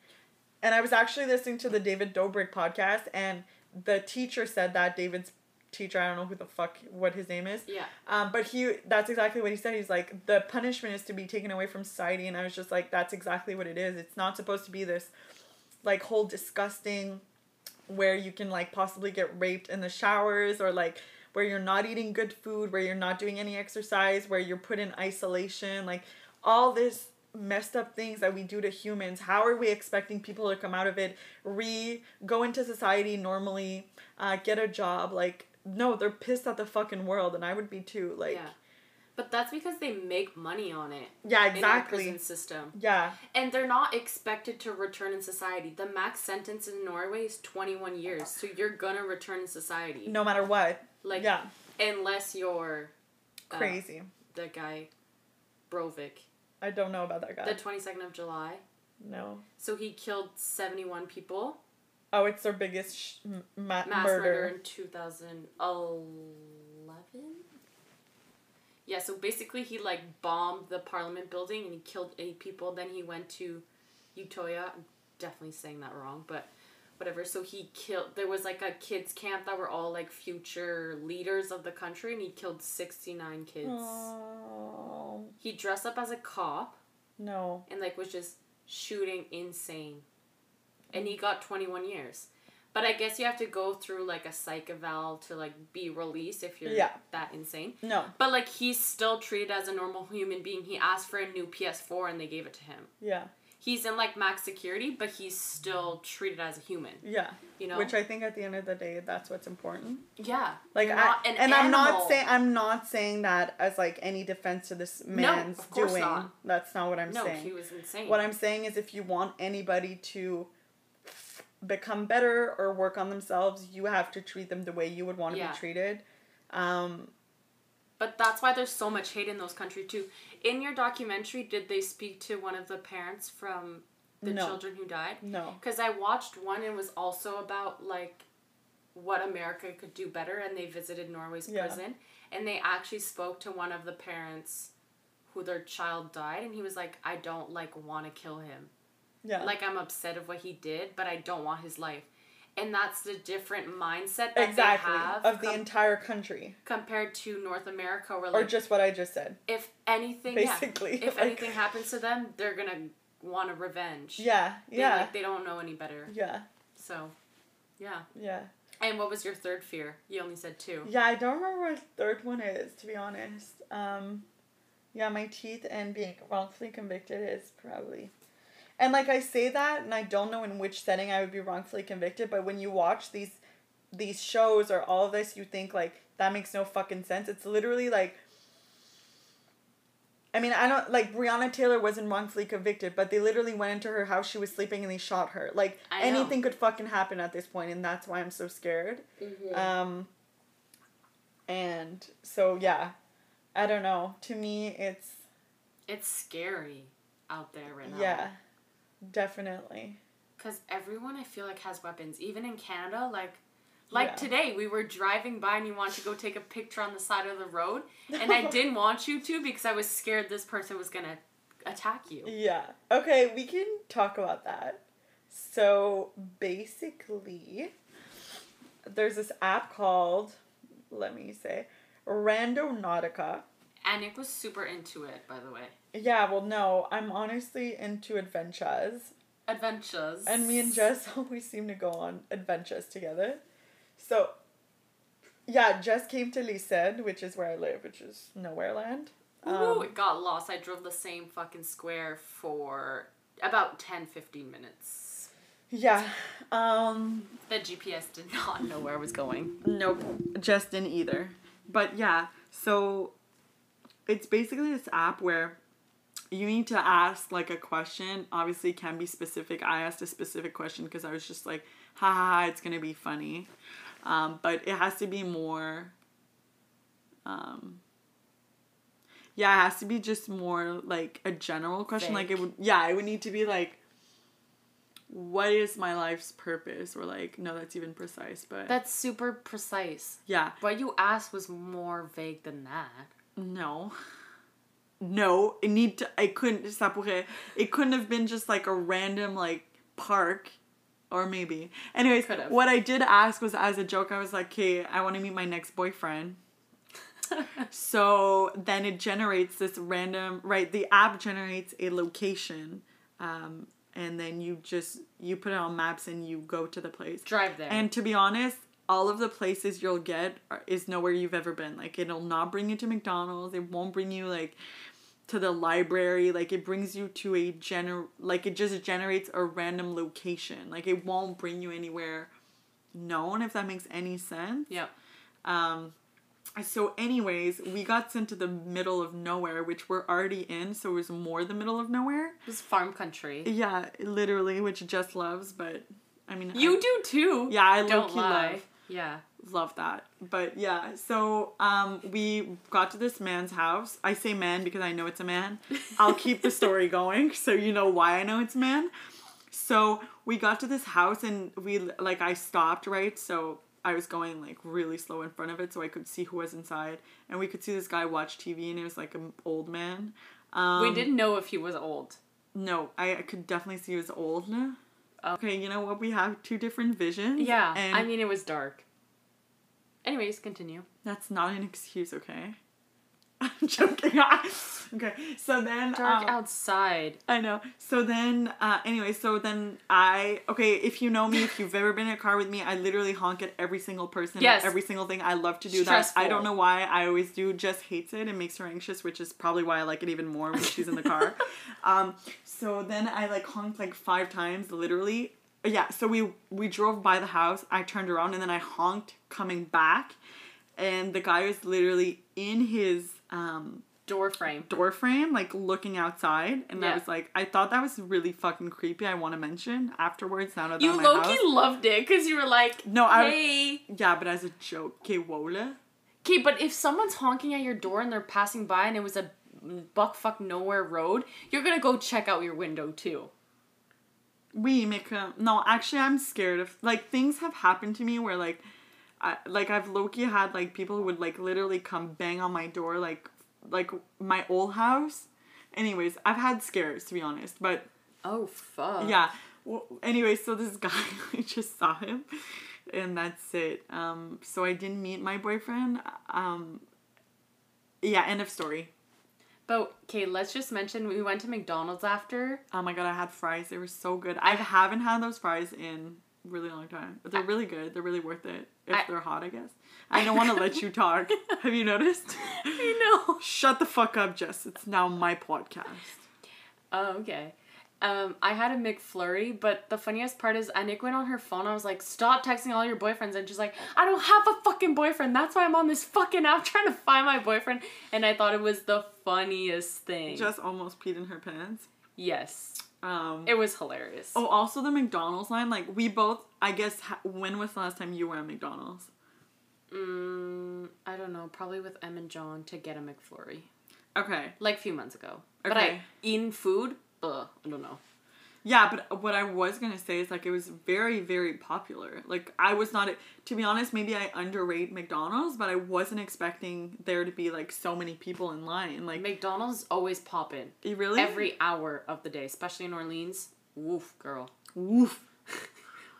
Speaker 1: and i was actually listening to the david dobrik podcast and the teacher said that david's teacher i don't know who the fuck what his name is
Speaker 2: Yeah.
Speaker 1: um, but he that's exactly what he said. He's like, the punishment is to be taken away from society. And I was just like, that's exactly what it is. It's not supposed to be this like whole disgusting where you can like possibly get raped in the showers or like where you're not eating good food, where you're not doing any exercise, where you're put in isolation, like all this messed up things that we do to humans. How are we expecting people to come out of it, re go into society normally, uh, get a job? Like, no, they're pissed at the fucking world, and I would be too. Like,
Speaker 2: yeah. But that's because they make money on it
Speaker 1: yeah,
Speaker 2: in the
Speaker 1: exactly.
Speaker 2: prison system.
Speaker 1: Yeah,
Speaker 2: And they're not expected to return in society. The max sentence in Norway is 21 years. So you're going to return in society.
Speaker 1: no matter what.
Speaker 2: Like,
Speaker 1: yeah,
Speaker 2: unless you're uh,
Speaker 1: crazy.
Speaker 2: the guy, Brovik,
Speaker 1: I don't know about that guy.
Speaker 2: the 22nd of July.
Speaker 1: no.
Speaker 2: So he killed 71 people.
Speaker 1: Oh, it's their biggest sh- m- ma-
Speaker 2: mass murder.
Speaker 1: murder.
Speaker 2: in 2011 yeah so basically he like bombed the parliament building and he killed eight people then he went to utoya i'm definitely saying that wrong but whatever so he killed there was like a kids camp that were all like future leaders of the country and he killed 69 kids
Speaker 1: Oh,
Speaker 2: he dressed up as a cop
Speaker 1: no.
Speaker 2: and like was just shooting insane and he got 21 years. But I guess you have to go through like a psych eval to like be released if you're
Speaker 1: Yeah.
Speaker 2: that insane.
Speaker 1: No.
Speaker 2: But like he's still treated as a normal human being. He asked for a new PS4 and they gave it to him.
Speaker 1: Yeah.
Speaker 2: He's in like max security, but he's still treated as a human.
Speaker 1: Yeah.
Speaker 2: You know?
Speaker 1: Which I think at the end of the day, that's what's important.
Speaker 2: yeah.
Speaker 1: Like
Speaker 2: You're
Speaker 1: I,
Speaker 2: not an
Speaker 1: and I'm not
Speaker 2: animal.
Speaker 1: saying I'm not saying that as like any defense to this man's
Speaker 2: of course
Speaker 1: doing.
Speaker 2: not.
Speaker 1: That's not what I'm
Speaker 2: No,
Speaker 1: saying.
Speaker 2: he was insane.
Speaker 1: What I'm saying is if you want anybody to become better or work on themselves, you have to treat them the way you would want to
Speaker 2: Yeah.
Speaker 1: be treated. Um,
Speaker 2: But that's why there's so much hate in those countries too. In your documentary, did they speak to one of the parents from the
Speaker 1: No.
Speaker 2: children who died?
Speaker 1: no.
Speaker 2: Because I watched one and was also about like what America could do better, and they visited Norway's
Speaker 1: Yeah.
Speaker 2: prison, and they actually spoke to one of the parents who their child died, and he was like, "I don't like want to kill him.
Speaker 1: Yeah.
Speaker 2: Like I'm upset of what he did, but I don't want his life." And that's the different mindset that
Speaker 1: exactly
Speaker 2: they have
Speaker 1: of the
Speaker 2: com-
Speaker 1: entire country
Speaker 2: compared to North America, where
Speaker 1: or
Speaker 2: like
Speaker 1: just what I just said.
Speaker 2: if anything,
Speaker 1: Basically,
Speaker 2: yeah, if
Speaker 1: like-
Speaker 2: anything happens to them, they're gonna want to revenge.
Speaker 1: Yeah.
Speaker 2: they,
Speaker 1: Yeah.
Speaker 2: like, they don't know any better.
Speaker 1: yeah.
Speaker 2: So, yeah.
Speaker 1: Yeah.
Speaker 2: And what was your third fear? You only said two.
Speaker 1: Yeah, I don't remember what the third one is, to be honest. Um, yeah, my teeth and being wrongfully convicted is probably. And like I say that, and I don't know in which setting I would be wrongfully convicted, but when you watch these these shows or all of this, you think like that makes no fucking sense. It's literally like I mean, I don't like Breonna Taylor wasn't wrongfully convicted, but they literally went into her house she was sleeping and they shot her. Like
Speaker 2: I know.
Speaker 1: anything could fucking happen at this point, and that's why I'm so scared. Um, and so yeah, I don't know. To me, it's
Speaker 2: It's scary out there right now.
Speaker 1: yeah, definitely.
Speaker 2: Because everyone I feel like has weapons. Even in Canada, like. Like
Speaker 1: Yeah.
Speaker 2: today, we were driving by and you wanted to go take a picture on the side of the road, and I didn't want you to because I was scared this person was gonna attack you.
Speaker 1: Yeah. Okay, we can talk about that. So basically, there's this app called, let me say, Randonautica.
Speaker 2: And Nick was super into it, by the way.
Speaker 1: Yeah, well, no, I'm honestly into adventures.
Speaker 2: Adventures.
Speaker 1: And me and Jess always seem to go on adventures together. So, yeah, Jess came to Lised, which is where I live, which is nowhere land.
Speaker 2: Ooh,
Speaker 1: Um,
Speaker 2: it got lost. I drove the same fucking square for about 10, 15 minutes.
Speaker 1: yeah. Um,
Speaker 2: The GPS did not know where I was going.
Speaker 1: Nope, Jess didn't either. But yeah, so it's basically this app where you need to ask like a question. Obviously, it can be specific. I asked a specific question because I was just like, ha ha, ha it's gonna be funny. Um, but it has to be more. Um, yeah, it has to be just more like a general question. Like it
Speaker 2: Vague.
Speaker 1: would, yeah, it would need to be like, what is my life's purpose? Or like, no, that's even precise, but
Speaker 2: That's super precise.
Speaker 1: yeah.
Speaker 2: What you asked was more vague than that.
Speaker 1: No. No, it need to. I couldn't. Ça pourrait. It couldn't have been just like a random like park, or maybe. Anyways,
Speaker 2: Could have.
Speaker 1: what I did ask was as a joke. I was like, "Hey, I want to meet my next boyfriend." so then it generates this random right. The app generates a location, um, and then you just you put it on maps and you go to the place.
Speaker 2: Drive there.
Speaker 1: And to be honest, all of the places you'll get are, is nowhere you've ever been. Like it'll not bring you to McDonald's. It won't bring you like to the library. Like it brings you to a gener like it just generates a random location. Like it won't bring you anywhere known if that makes any sense.
Speaker 2: yep.
Speaker 1: Um, so, anyways, we got sent to the middle of nowhere, which we're already in, so it was more the middle of nowhere.
Speaker 2: It was farm country.
Speaker 1: Yeah, literally, which Jess loves, but I mean, I-
Speaker 2: You do too.
Speaker 1: Yeah, I
Speaker 2: Don't
Speaker 1: low-key
Speaker 2: lie.
Speaker 1: love.
Speaker 2: Yeah.
Speaker 1: love that but yeah so um we got to this man's house i say man because i know it's a man i'll keep the story going so you know why i know it's a man so we got to this house and we like i stopped right so i was going like really slow in front of it so i could see who was inside and we could see this guy watch tv and it was like an old man um
Speaker 2: we didn't know if he was old.
Speaker 1: no i, I could definitely see he was old okay you know what we have two different visions
Speaker 2: Oh. Yeah.
Speaker 1: and
Speaker 2: I mean, it was dark. Anyways, continue.
Speaker 1: that's not an excuse okay I'm joking. okay. So then
Speaker 2: Dark
Speaker 1: um,
Speaker 2: outside.
Speaker 1: I know. So then, uh, anyway, so then I okay. If you know me, if you've ever been in a car with me, I literally honk at every single person.
Speaker 2: Yes.
Speaker 1: At every single thing. I love to do that. I
Speaker 2: Stressful.
Speaker 1: don't know why I always do. Jess hates it and makes her anxious, which is probably why I like it even more when she's in the car. um. So then I like honked like five times, literally. Yeah. So we we drove by the house. I turned around and then I honked coming back, and the guy was literally in his um
Speaker 2: Door frame.
Speaker 1: door frame, like looking outside, and I
Speaker 2: Yeah.
Speaker 1: was like, I thought that was really fucking creepy. I want to mention afterwards. Now that I'm
Speaker 2: You
Speaker 1: at my
Speaker 2: low key
Speaker 1: house.
Speaker 2: loved it because you were like,
Speaker 1: No, I-
Speaker 2: hey.
Speaker 1: yeah, but as a joke, que wola.
Speaker 2: Okay, but if someone's honking at your door and they're passing by and it was a buck fuck nowhere road, you're gonna go check out your window too.
Speaker 1: We make a, no. Actually, I'm scared of like things have happened to me where like, I like I've Loki had like people who would like literally come bang on my door like like my old house. Anyways, I've had scares to be honest, but
Speaker 2: Oh fuck.
Speaker 1: yeah. Well, anyway, so this guy, I just saw him, and that's it. Um, so I didn't meet my boyfriend. Um, yeah, end of story.
Speaker 2: But okay, let's just mention we went to McDonald's after.
Speaker 1: Oh my god, I had fries. They were so good. I haven't had those fries in a really long time, but they're really good. They're really worth it if
Speaker 2: I-
Speaker 1: they're hot, I guess. I don't want to let you talk. Have you noticed?
Speaker 2: I know.
Speaker 1: Shut the fuck up, Jess. It's now my podcast.
Speaker 2: Oh, okay. Um, I had a McFlurry, but the funniest part is Anik went on her phone. I was like, "Stop texting all your boyfriends," and she's like, "I don't have a fucking boyfriend. That's why I'm on this fucking app trying to find my boyfriend." And I thought it was the funniest thing.
Speaker 1: Jess almost peed in her pants.
Speaker 2: yes,
Speaker 1: Um,
Speaker 2: it was hilarious.
Speaker 1: Oh, also the McDonald's line. Like we both, I guess. Ha- when was the last time you were at McDonald's?
Speaker 2: Mm, I don't know. Probably with Em and John to get a McFlurry,
Speaker 1: Okay.
Speaker 2: like a few months ago. But
Speaker 1: Okay.
Speaker 2: I eating food. Ugh, I don't know.
Speaker 1: Yeah, but what I was gonna say is like it was very, very popular. Like I was not, to be honest, maybe I underrate McDonald's, but I wasn't expecting there to be like so many people in line. Like
Speaker 2: McDonald's always popping
Speaker 1: you really
Speaker 2: every hour of the day, especially in Orleans. Woof, girl.
Speaker 1: woof.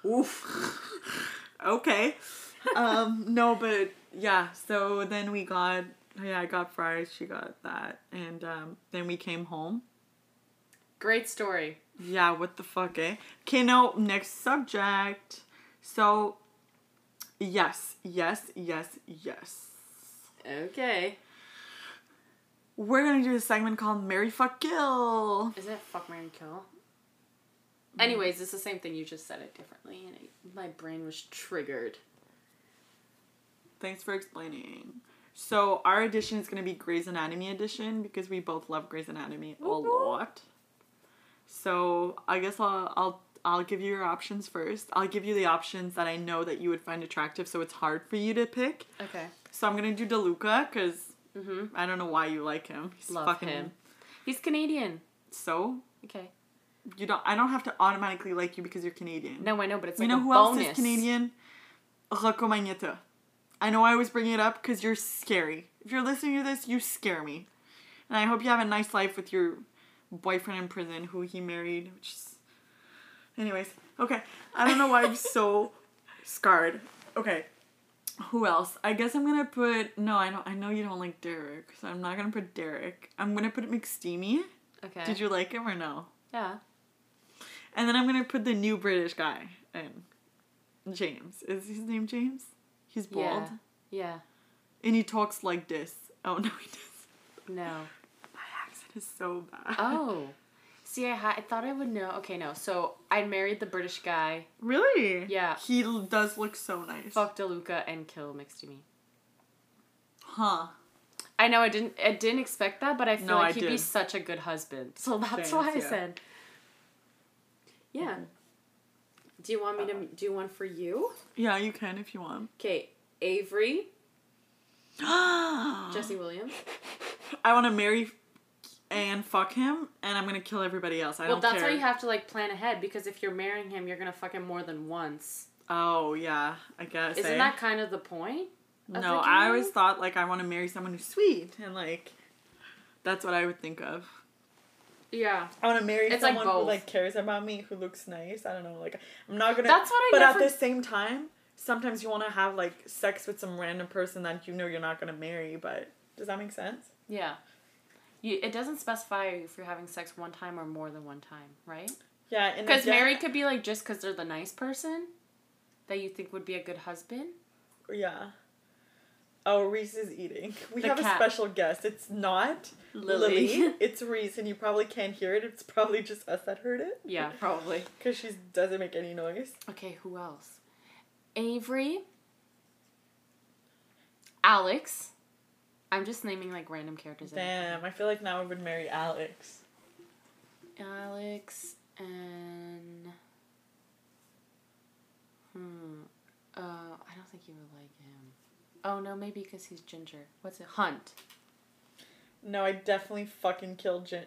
Speaker 2: Oof.
Speaker 1: Okay. Um. no, but yeah. So then we got. Yeah, I got fries. She got that, and um, then we came home.
Speaker 2: Great story.
Speaker 1: Yeah, what the fuck, eh? Okay, now next subject. So, yes, yes, yes, yes.
Speaker 2: Okay.
Speaker 1: We're gonna do a segment called Mary Fuck Kill.
Speaker 2: Is it fuck Mary Kill? Anyways, it's the same thing. You just said it differently, and it, my brain was triggered.
Speaker 1: Thanks for explaining. So, our edition is gonna be Grey's Anatomy edition because we both love Grey's Anatomy a
Speaker 2: Whoop whoop.
Speaker 1: lot. So, I guess I'll, I'll I'll give you your options first. I'll give you the options that I know that you would find attractive, so it's hard for you to pick.
Speaker 2: Okay.
Speaker 1: So I'm gonna do DeLuca because
Speaker 2: Mm-hmm.
Speaker 1: I don't know why you like him. He's
Speaker 2: Love
Speaker 1: fucking
Speaker 2: him. He's Canadian.
Speaker 1: So
Speaker 2: Okay.
Speaker 1: you don't. I don't have to automatically like you because you're Canadian.
Speaker 2: No, I know, but it's
Speaker 1: you know
Speaker 2: like a
Speaker 1: who
Speaker 2: bonus.
Speaker 1: else is Canadian? Rocco Magnetta. I know I always bring it up because you're scary. If you're listening to this, you scare me, and I hope you have a nice life with your boyfriend in prison who he married. Which is, anyways, okay. I don't know why I'm so scarred. Okay. Who else? I guess I'm gonna put no. I don't. I know you don't like Derek, so I'm not gonna put Derek. I'm gonna put McSteamy.
Speaker 2: Okay.
Speaker 1: Did you like him or no?
Speaker 2: Yeah.
Speaker 1: And then I'm gonna put the new British guy in. James. Is his name James? He's bald.
Speaker 2: Yeah. Yeah.
Speaker 1: And he talks like this. Oh no he does.
Speaker 2: No.
Speaker 1: My accent is so bad.
Speaker 2: Oh. See, I, ha- I thought I would know. Okay, no. So I married the British guy,
Speaker 1: Really?
Speaker 2: Yeah.
Speaker 1: He l- does look so nice.
Speaker 2: fucked DeLuca, and kill mixed to me.
Speaker 1: Huh.
Speaker 2: I know I didn't I didn't expect that, but I feel
Speaker 1: No,
Speaker 2: like
Speaker 1: I
Speaker 2: he'd be
Speaker 1: did.
Speaker 2: such a good husband. So that's
Speaker 1: Thanks,
Speaker 2: why I
Speaker 1: yeah.
Speaker 2: said. Yeah. Do you want me to do one for you?
Speaker 1: Yeah, you can if you want.
Speaker 2: Okay, Avery,
Speaker 1: I
Speaker 2: Jesse Williams.
Speaker 1: wanna marry and fuck him and I'm gonna kill everybody else. I
Speaker 2: well,
Speaker 1: don't
Speaker 2: that's
Speaker 1: care.
Speaker 2: why you have to like plan ahead because if you're marrying him, you're gonna fuck him more than once.
Speaker 1: oh yeah, I guess. eh?
Speaker 2: Isn't that kind of the point? of
Speaker 1: No,
Speaker 2: the
Speaker 1: I
Speaker 2: game?
Speaker 1: always thought like I want to marry someone who's sweet and like that's what I would think of.
Speaker 2: Yeah.
Speaker 1: I want to marry
Speaker 2: It's like
Speaker 1: someone who
Speaker 2: both.
Speaker 1: like cares about me, who looks nice. I don't know, like I'm not gonna.
Speaker 2: That's what I
Speaker 1: But
Speaker 2: never-
Speaker 1: at the same time, sometimes you want to have like sex with some random person that you know you're not gonna marry. But does that make sense?
Speaker 2: Yeah. You, it doesn't specify if you're having sex one time or more than one time, right?
Speaker 1: Yeah, and
Speaker 2: Because
Speaker 1: again-
Speaker 2: married could be like just because they're the nice person that you think would be a good husband.
Speaker 1: Yeah. Oh, Reese is eating. We
Speaker 2: The
Speaker 1: have
Speaker 2: cat.
Speaker 1: a special guest. It's not Lily.
Speaker 2: Lily.
Speaker 1: It's Reese, and you probably can't hear it. It's probably just us that heard it.
Speaker 2: Yeah, probably.
Speaker 1: Because she doesn't make any noise.
Speaker 2: Okay, who else? Avery. Alex. I'm just naming like random characters.
Speaker 1: Damn, I feel like now I would marry Alex.
Speaker 2: Alex and. Hmm. Uh, I don't think you would like him. Oh no, maybe because he's ginger. What's it? Hunt.
Speaker 1: No, I definitely fucking kill Gin.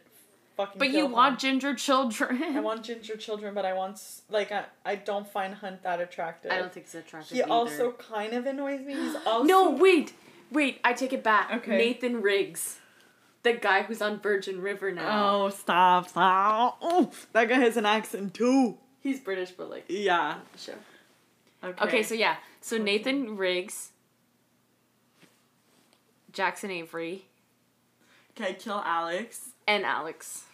Speaker 1: Fucking.
Speaker 2: But
Speaker 1: kill
Speaker 2: you
Speaker 1: Hunt.
Speaker 2: want ginger children.
Speaker 1: I want ginger children, but I want s- like I, I don't find Hunt that attractive.
Speaker 2: I don't think he's attractive.
Speaker 1: he
Speaker 2: either.
Speaker 1: also kind of annoys me. He's also
Speaker 2: No, wait, wait. I take it back.
Speaker 1: Okay.
Speaker 2: Nathan Riggs, the guy who's on Virgin River now.
Speaker 1: Oh, stop, stop. Oh, that guy has an accent too.
Speaker 2: He's British, but like
Speaker 1: Yeah.
Speaker 2: sure.
Speaker 1: Okay.
Speaker 2: Okay, so yeah, so Nathan Riggs, Jackson Avery,
Speaker 1: Okay, kill Alex.
Speaker 2: and Alex.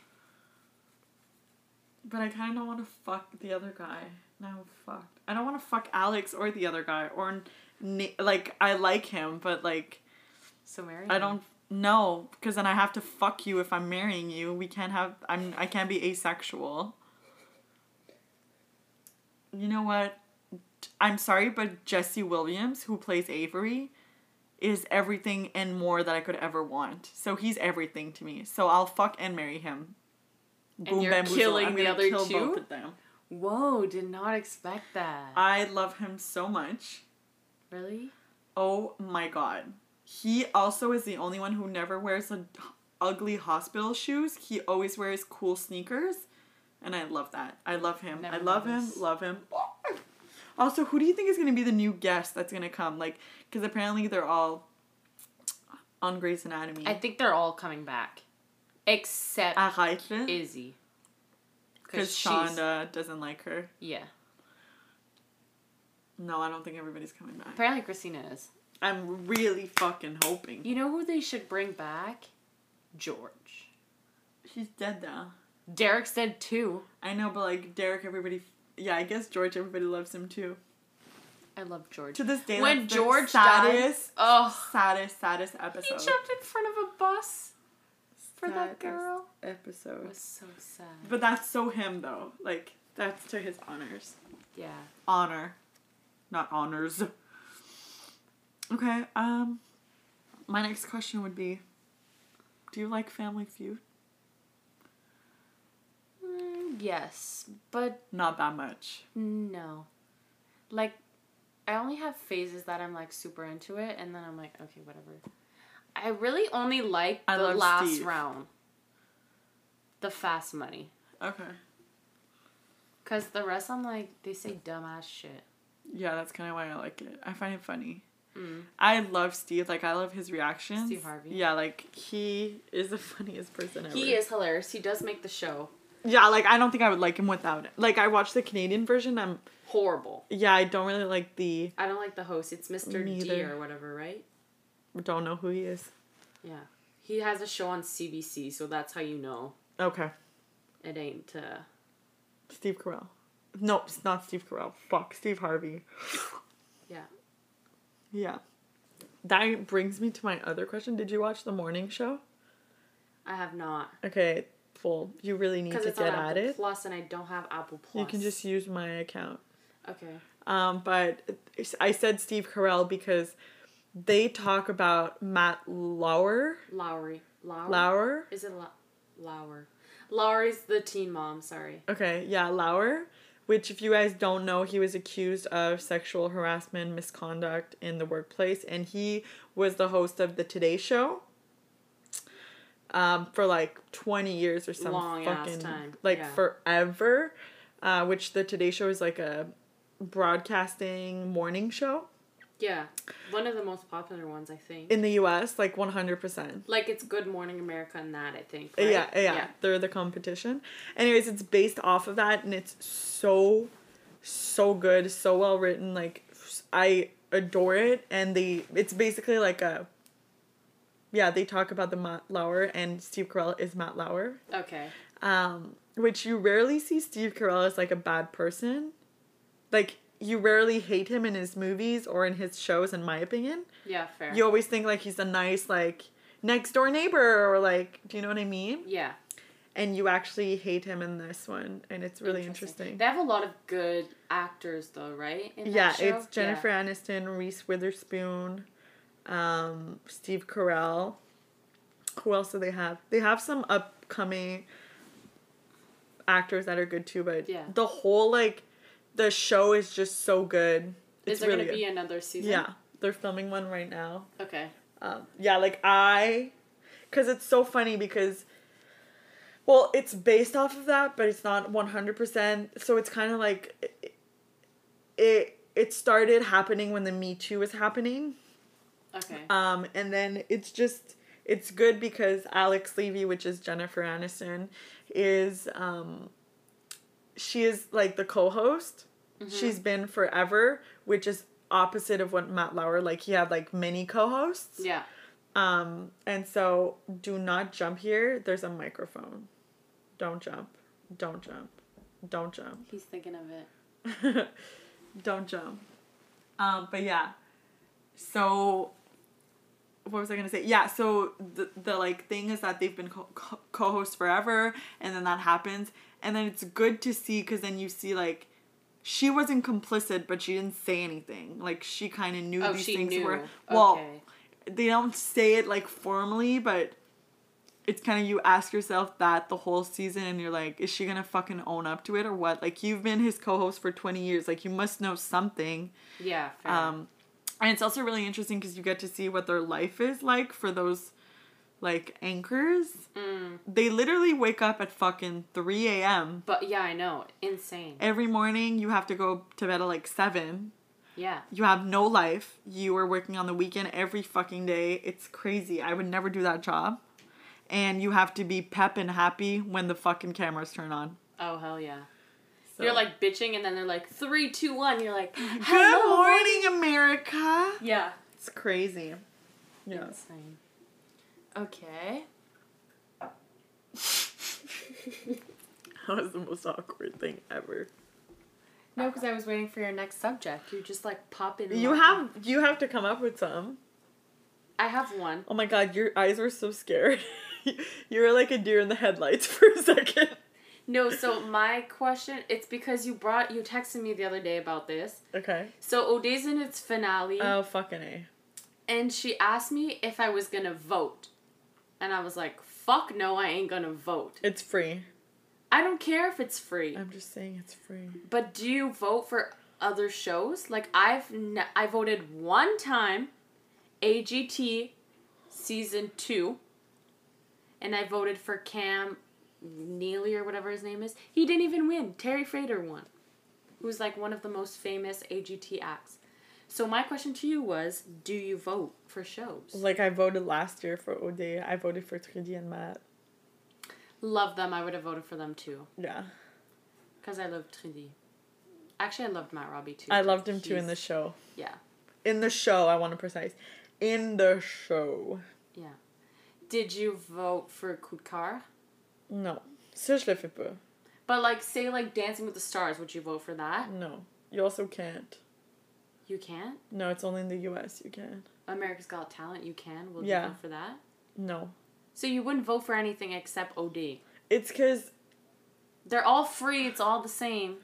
Speaker 1: But I kind of want to fuck the other guy. No, fuck. I don't want to fuck Alex or the other guy or Na- like I like him, but like
Speaker 2: So marry.
Speaker 1: I
Speaker 2: him.
Speaker 1: don't know because then I have to fuck you if I'm marrying you. We can't have I'm I can't be asexual. You know what? I'm sorry, but Jesse Williams, who plays Avery, is everything and more that I could ever want. So he's everything to me. So I'll fuck and marry him.
Speaker 2: And you're killing the
Speaker 1: gonna
Speaker 2: other two?
Speaker 1: both of them.
Speaker 2: Whoa! Did not expect that.
Speaker 1: I love him so much.
Speaker 2: really?
Speaker 1: Oh my god. He also is the only one who never wears a, ugly hospital shoes. He always wears cool sneakers. And I love that. I love him.
Speaker 2: Never
Speaker 1: I love
Speaker 2: noticed.
Speaker 1: him. Love him. Also, who do you think is going to be the new guest that's going to come? Like, because apparently they're all on Grey's Anatomy. Ah,
Speaker 2: I think they're all coming back, except
Speaker 1: Because
Speaker 2: Izzy. she's-
Speaker 1: Shonda doesn't like her.
Speaker 2: Yeah.
Speaker 1: No, I don't think everybody's coming back.
Speaker 2: Apparently Christina is.
Speaker 1: I'm really fucking hoping.
Speaker 2: You know who they should bring back? George.
Speaker 1: She's dead though.
Speaker 2: Derek's dead too.
Speaker 1: I know, but like Derek, everybody. Yeah, I guess George, everybody loves him too.
Speaker 2: I love George.
Speaker 1: To this day,
Speaker 2: when
Speaker 1: that's the
Speaker 2: George
Speaker 1: saddest,
Speaker 2: dies, oh,
Speaker 1: saddest, saddest
Speaker 2: he
Speaker 1: episode.
Speaker 2: jumped in front of a bus for that
Speaker 1: Saddest
Speaker 2: girl. It
Speaker 1: episode.
Speaker 2: was so sad.
Speaker 1: But that's so him though. Like that's to his honors.
Speaker 2: Yeah.
Speaker 1: Honor, not honors. Okay. Um, my next question would be, do you like Family Feud?
Speaker 2: Mm, yes, but
Speaker 1: Not that much.
Speaker 2: no. Like, I only have phases that I'm like super into it, and then I'm like, okay, whatever. I really only like
Speaker 1: I
Speaker 2: the
Speaker 1: love
Speaker 2: last
Speaker 1: Steve.
Speaker 2: round. The fast money.
Speaker 1: Okay.
Speaker 2: Because the rest, I'm like, they say dumbass shit.
Speaker 1: Yeah, that's kind of why I like it. I find it funny.
Speaker 2: Mm.
Speaker 1: I love Steve. Like I love his reactions.
Speaker 2: Steve Harvey.
Speaker 1: Yeah, like he is the funniest person ever.
Speaker 2: He is hilarious. He does make the show
Speaker 1: Yeah, like I don't think I would like him without it. Like I watched the Canadian version. I'm
Speaker 2: horrible.
Speaker 1: yeah, I don't really like the
Speaker 2: I don't like the host. It's Mr.
Speaker 1: Me
Speaker 2: D
Speaker 1: either.
Speaker 2: or whatever, right?
Speaker 1: don't know who he is.
Speaker 2: Yeah. He has a show on CBC, so that's how you know
Speaker 1: Okay,
Speaker 2: it ain't. Uh...
Speaker 1: Steve Carell. No, it's not Steve Carell. Fuck, Steve Harvey.
Speaker 2: Yeah.
Speaker 1: Yeah, that brings me to my other question. Did you watch the morning show?
Speaker 2: I have not.
Speaker 1: Okay, full. You really need
Speaker 2: Because
Speaker 1: to
Speaker 2: it's on
Speaker 1: get at
Speaker 2: Apple
Speaker 1: it.
Speaker 2: Plus and I don't have Apple Plus.
Speaker 1: You can just use my account.
Speaker 2: Okay.
Speaker 1: Um, but I said Steve Carell because they talk about Matt Lauer.
Speaker 2: Lowry. Lowry.
Speaker 1: Lauer.
Speaker 2: Is it La- Lauer? Lowry's the teen mom, sorry.
Speaker 1: Okay, yeah, Lauer, which if you guys don't know, he was accused of sexual harassment, misconduct in the workplace, and he was the host of the Today Show. Um, for like twenty years or some
Speaker 2: Long ass
Speaker 1: fucking
Speaker 2: time,
Speaker 1: like
Speaker 2: yeah.
Speaker 1: forever, uh, which the Today Show is like a broadcasting morning show
Speaker 2: Yeah. One of the most popular ones, I think.
Speaker 1: in the U.S. Like one hundred percent.
Speaker 2: like it's Good Morning America and that, I think. right?
Speaker 1: Yeah, yeah, They're the competition. Anyways, it's based off of that and it's so so good, so well written. Like I adore it and they it's basically like a yeah, they talk about the Matt Lauer and Steve Carell is Matt Lauer,
Speaker 2: Okay.
Speaker 1: um, which you rarely see Steve Carell as like a bad person. Like you rarely hate him in his movies or in his shows, in my opinion.
Speaker 2: Yeah, fair.
Speaker 1: You always think like he's a nice like next door neighbor or like do you know what I mean?
Speaker 2: yeah.
Speaker 1: And you actually hate him in this one, and it's really interesting.
Speaker 2: They have a lot of good actors though, right? in that
Speaker 1: yeah,
Speaker 2: show?
Speaker 1: it's Jennifer Aniston, Reese Witherspoon, um, Steve Carell. Who else do they have? They have some upcoming actors that are good too, but
Speaker 2: Yeah.
Speaker 1: the whole like the show is just so good.
Speaker 2: Yeah.
Speaker 1: It's
Speaker 2: Is there
Speaker 1: really
Speaker 2: gonna be
Speaker 1: good.
Speaker 2: another season?
Speaker 1: yeah, they're filming one right now.
Speaker 2: Okay.
Speaker 1: Um, yeah, like I, because it's so funny because, well, it's based off of that, but it's not one hundred percent. So it's kind of like, it, it it started happening when the Me Too was happening,
Speaker 2: Okay.
Speaker 1: um, and then it's just it's good because Alex Levy, which is Jennifer Aniston, is um, she is like the co-host. She's been forever, which is opposite of what Matt Lauer like. He had like many co-hosts.
Speaker 2: yeah.
Speaker 1: Um, and so do not jump here. There's a microphone. Don't jump. Don't jump. Don't jump.
Speaker 2: He's thinking of it.
Speaker 1: Don't jump. Um, but yeah. So what was I gonna say? Yeah, so the, the like thing is that they've been co- co- co-hosts forever, and then that happens, and then it's good to see because then you see like she wasn't complicit, but she didn't say anything. Like she kind of knew
Speaker 2: Oh,
Speaker 1: these
Speaker 2: she
Speaker 1: things
Speaker 2: knew.
Speaker 1: were well
Speaker 2: okay.
Speaker 1: they don't say it like formally, but it's kind of you ask yourself that the whole season and you're like, is she gonna fucking own up to it or what? Like you've been his co-host for 20 years, like you must know something.
Speaker 2: Yeah. Fair.
Speaker 1: Um and it's also really interesting cuz you get to see what their life is like for those like anchors.
Speaker 2: Mm.
Speaker 1: They literally wake up at fucking 3 a.m.
Speaker 2: But yeah, I know. Insane.
Speaker 1: Every morning you have to go to bed at like 7.
Speaker 2: Yeah.
Speaker 1: You have no life. You are working on the weekend every fucking day. It's crazy. I would never do that job. And you have to be pep and happy when the fucking cameras turn on.
Speaker 2: Oh hell yeah.
Speaker 1: So-
Speaker 2: You're like bitching, and then they're like three, two, one. You're like,
Speaker 1: Good
Speaker 2: hello.
Speaker 1: morning, America.
Speaker 2: Yeah.
Speaker 1: It's crazy. Yes.
Speaker 2: Insane. Okay.
Speaker 1: That was the most awkward thing ever.
Speaker 2: No, because I was waiting for your next subject. You just like pop in.
Speaker 1: You
Speaker 2: like-
Speaker 1: have you have to come up with some.
Speaker 2: I have one.
Speaker 1: Oh my god, your eyes were so scared. you were like a deer in the headlights for a second.
Speaker 2: No, so my question. It's because you brought you texted me the other day about this.
Speaker 1: Okay.
Speaker 2: So O'Day's in its finale,
Speaker 1: Oh fucking A.
Speaker 2: and she asked me if I was gonna vote, and I was like, "Fuck no, I ain't gonna vote.
Speaker 1: It's free.
Speaker 2: I don't care if it's free."
Speaker 1: I'm just saying it's free.
Speaker 2: But do you vote for other shows? Like I've n- I voted one time, AGT, season two. And I voted for Cam Neely or whatever his name is. He didn't even win. Terry Frater won, who's like one of the most famous AGT acts. So my question to you was, do you vote for shows?
Speaker 1: Like I voted last year for O'Day. I voted for Trudy and Matt.
Speaker 2: Love them. I would have voted for them too,
Speaker 1: Yeah.
Speaker 2: cause I loved Trinity. Actually, I loved Matt Robbie too.
Speaker 1: I
Speaker 2: 'cause
Speaker 1: loved him too in the
Speaker 2: he's-
Speaker 1: show.
Speaker 2: Yeah.
Speaker 1: In the show, I want to precise. In the show.
Speaker 2: Yeah. Did you vote for Kudkar?
Speaker 1: No. Ça, je le fais pas.
Speaker 2: But like, say like Dancing with the Stars, would you vote for that?
Speaker 1: No. You also can't.
Speaker 2: You can't.
Speaker 1: No, it's only in the US you can.
Speaker 2: America's Got Talent, you can. Will
Speaker 1: Yeah.
Speaker 2: you vote for that?
Speaker 1: No.
Speaker 2: So you wouldn't vote for anything except OD.
Speaker 1: It's because,
Speaker 2: They're all free. It's all the same.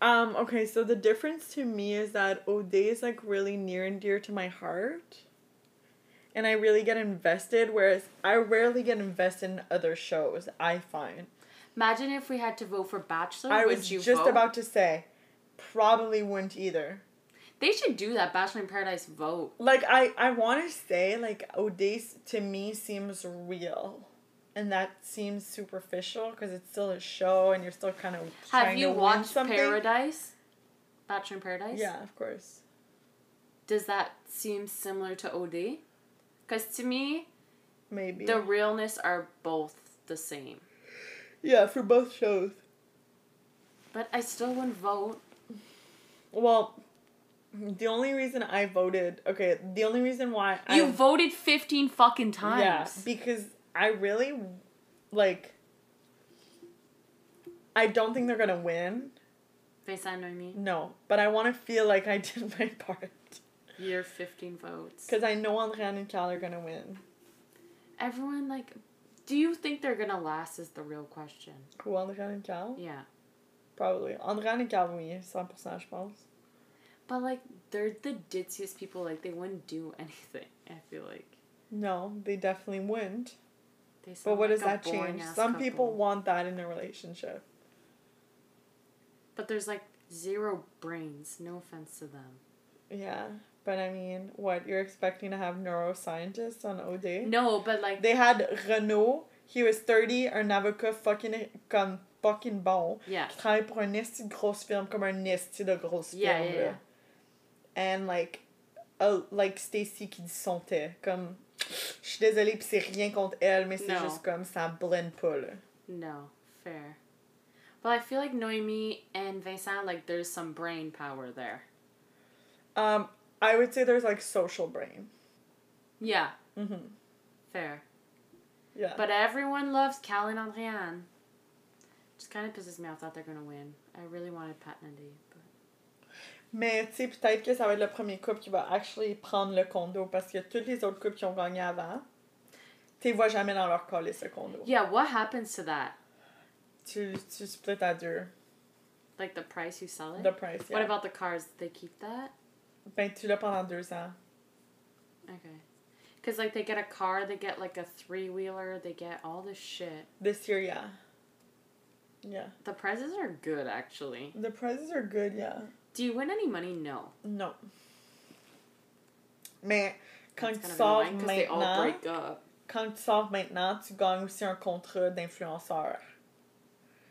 Speaker 1: um, okay, so the difference to me is that O'Day is like really near and dear to my heart. And I really get invested, whereas I rarely get invested in other shows, I find.
Speaker 2: Imagine if we had to vote for Bachelor.
Speaker 1: I
Speaker 2: would
Speaker 1: was
Speaker 2: you
Speaker 1: just
Speaker 2: vote?
Speaker 1: about to say, probably wouldn't either.
Speaker 2: They should do that. Bachelor in Paradise vote.
Speaker 1: Like I, I want to say like Odace to me seems real, and that seems superficial because it's still a show and you're still kind of.
Speaker 2: Have you watched Paradise? Bachelor in Paradise.
Speaker 1: Yeah, of course.
Speaker 2: Does that seem similar to OD? Because to me,
Speaker 1: Maybe.
Speaker 2: the realness are both the same.
Speaker 1: yeah, for both shows.
Speaker 2: But I still wouldn't vote.
Speaker 1: Well, The only reason I voted, okay, the only reason why
Speaker 2: You
Speaker 1: I
Speaker 2: voted 15 fucking times.
Speaker 1: Yeah, because I really like I don't think they're going to win.
Speaker 2: Based on Noemi,
Speaker 1: No, but I want to feel like I did my part
Speaker 2: you're 15 votes.
Speaker 1: cuz I know Andrian and Cal are going to win.
Speaker 2: Everyone, like, do you think they're gonna last is the real question.
Speaker 1: Who Andrian and Cal?
Speaker 2: Yeah.
Speaker 1: Probably. Andrian et Cal oui, 100% je pense.
Speaker 2: But, like, they're the ditziest people. Like, they wouldn't do anything, I feel like.
Speaker 1: No, they definitely wouldn't.
Speaker 2: They
Speaker 1: But
Speaker 2: sound
Speaker 1: what
Speaker 2: like
Speaker 1: does
Speaker 2: a
Speaker 1: that change?
Speaker 2: boring-ass
Speaker 1: Some
Speaker 2: couple.
Speaker 1: people want that in a relationship.
Speaker 2: But there's, like, zero brains. No offense to them.
Speaker 1: Yeah, but I mean, what you're expecting to have neuroscientists on OD?
Speaker 2: No, but, like,
Speaker 1: They had Renault. He was thirty. Un avocat fucking comme fucking bon.
Speaker 2: yeah.
Speaker 1: Qui travaille pour un esti de grosse firme comme un esti de grosse firme.
Speaker 2: Yeah, yeah,
Speaker 1: là.
Speaker 2: yeah.
Speaker 1: And like, uh, like Stacy qui dit son thé. Comme, je suis désolée pis c'est rien contre elle, mais c'est
Speaker 2: No.
Speaker 1: juste comme ça blend pas là.
Speaker 2: No, fair. But I feel like Noemi and Vincent, like, there's some brain power there.
Speaker 1: Um, I would say there's like social brain.
Speaker 2: Yeah,
Speaker 1: Mm-hmm.
Speaker 2: fair.
Speaker 1: Yeah.
Speaker 2: But everyone loves Cal and Andrian. Just kind of pisses me off that they're gonna win. I really wanted Pat Nundy, but
Speaker 1: Mais tu sais, peut-être que ça va être le premier couple qui va actually prendre le condo parce que tous les autres couples qui ont gagné avant, tu les vois jamais dans leur coller ce condo.
Speaker 2: yeah, what happens to that?
Speaker 1: Tu, tu split à deux.
Speaker 2: Like the price you sell it.
Speaker 1: The price, yeah.
Speaker 2: What about the cars? They keep that.
Speaker 1: Ben, tu l'as pendant deux ans.
Speaker 2: Okay. Cause like they get a car, they get like a three wheeler, they get all this shit.
Speaker 1: This year, yeah. Yeah.
Speaker 2: The prizes are good actually.
Speaker 1: The prices are good, yeah.
Speaker 2: Do you win any money? No.
Speaker 1: Non. Mais quand
Speaker 2: That's
Speaker 1: tu
Speaker 2: kind of
Speaker 1: sors
Speaker 2: annoying 'cause they all
Speaker 1: maintenant,
Speaker 2: break up.
Speaker 1: quand tu sors maintenant, tu gagnes aussi un contrat d'influenceur.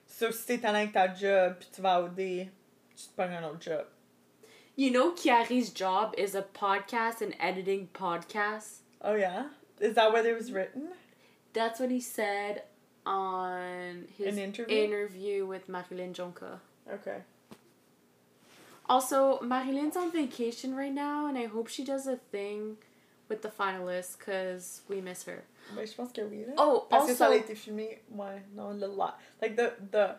Speaker 1: Sauf si t'es talent avec ta job puis tu vas au D, tu te pognes un autre job.
Speaker 2: You know, Kiari's job is a podcast and editing podcasts.
Speaker 1: Oh yeah, is that what it was written?
Speaker 2: That's what he said on his
Speaker 1: An interview?
Speaker 2: interview with Marilyn Jonka.
Speaker 1: Okay.
Speaker 2: Also, Marilyn's on vacation right now, and I hope she does a thing with the finalists because we miss her.
Speaker 1: Ben, je pense que oui. Là.
Speaker 2: Oh,
Speaker 1: Parce que ça a
Speaker 2: also-
Speaker 1: été filmé. Ouais, non, le live. Like the the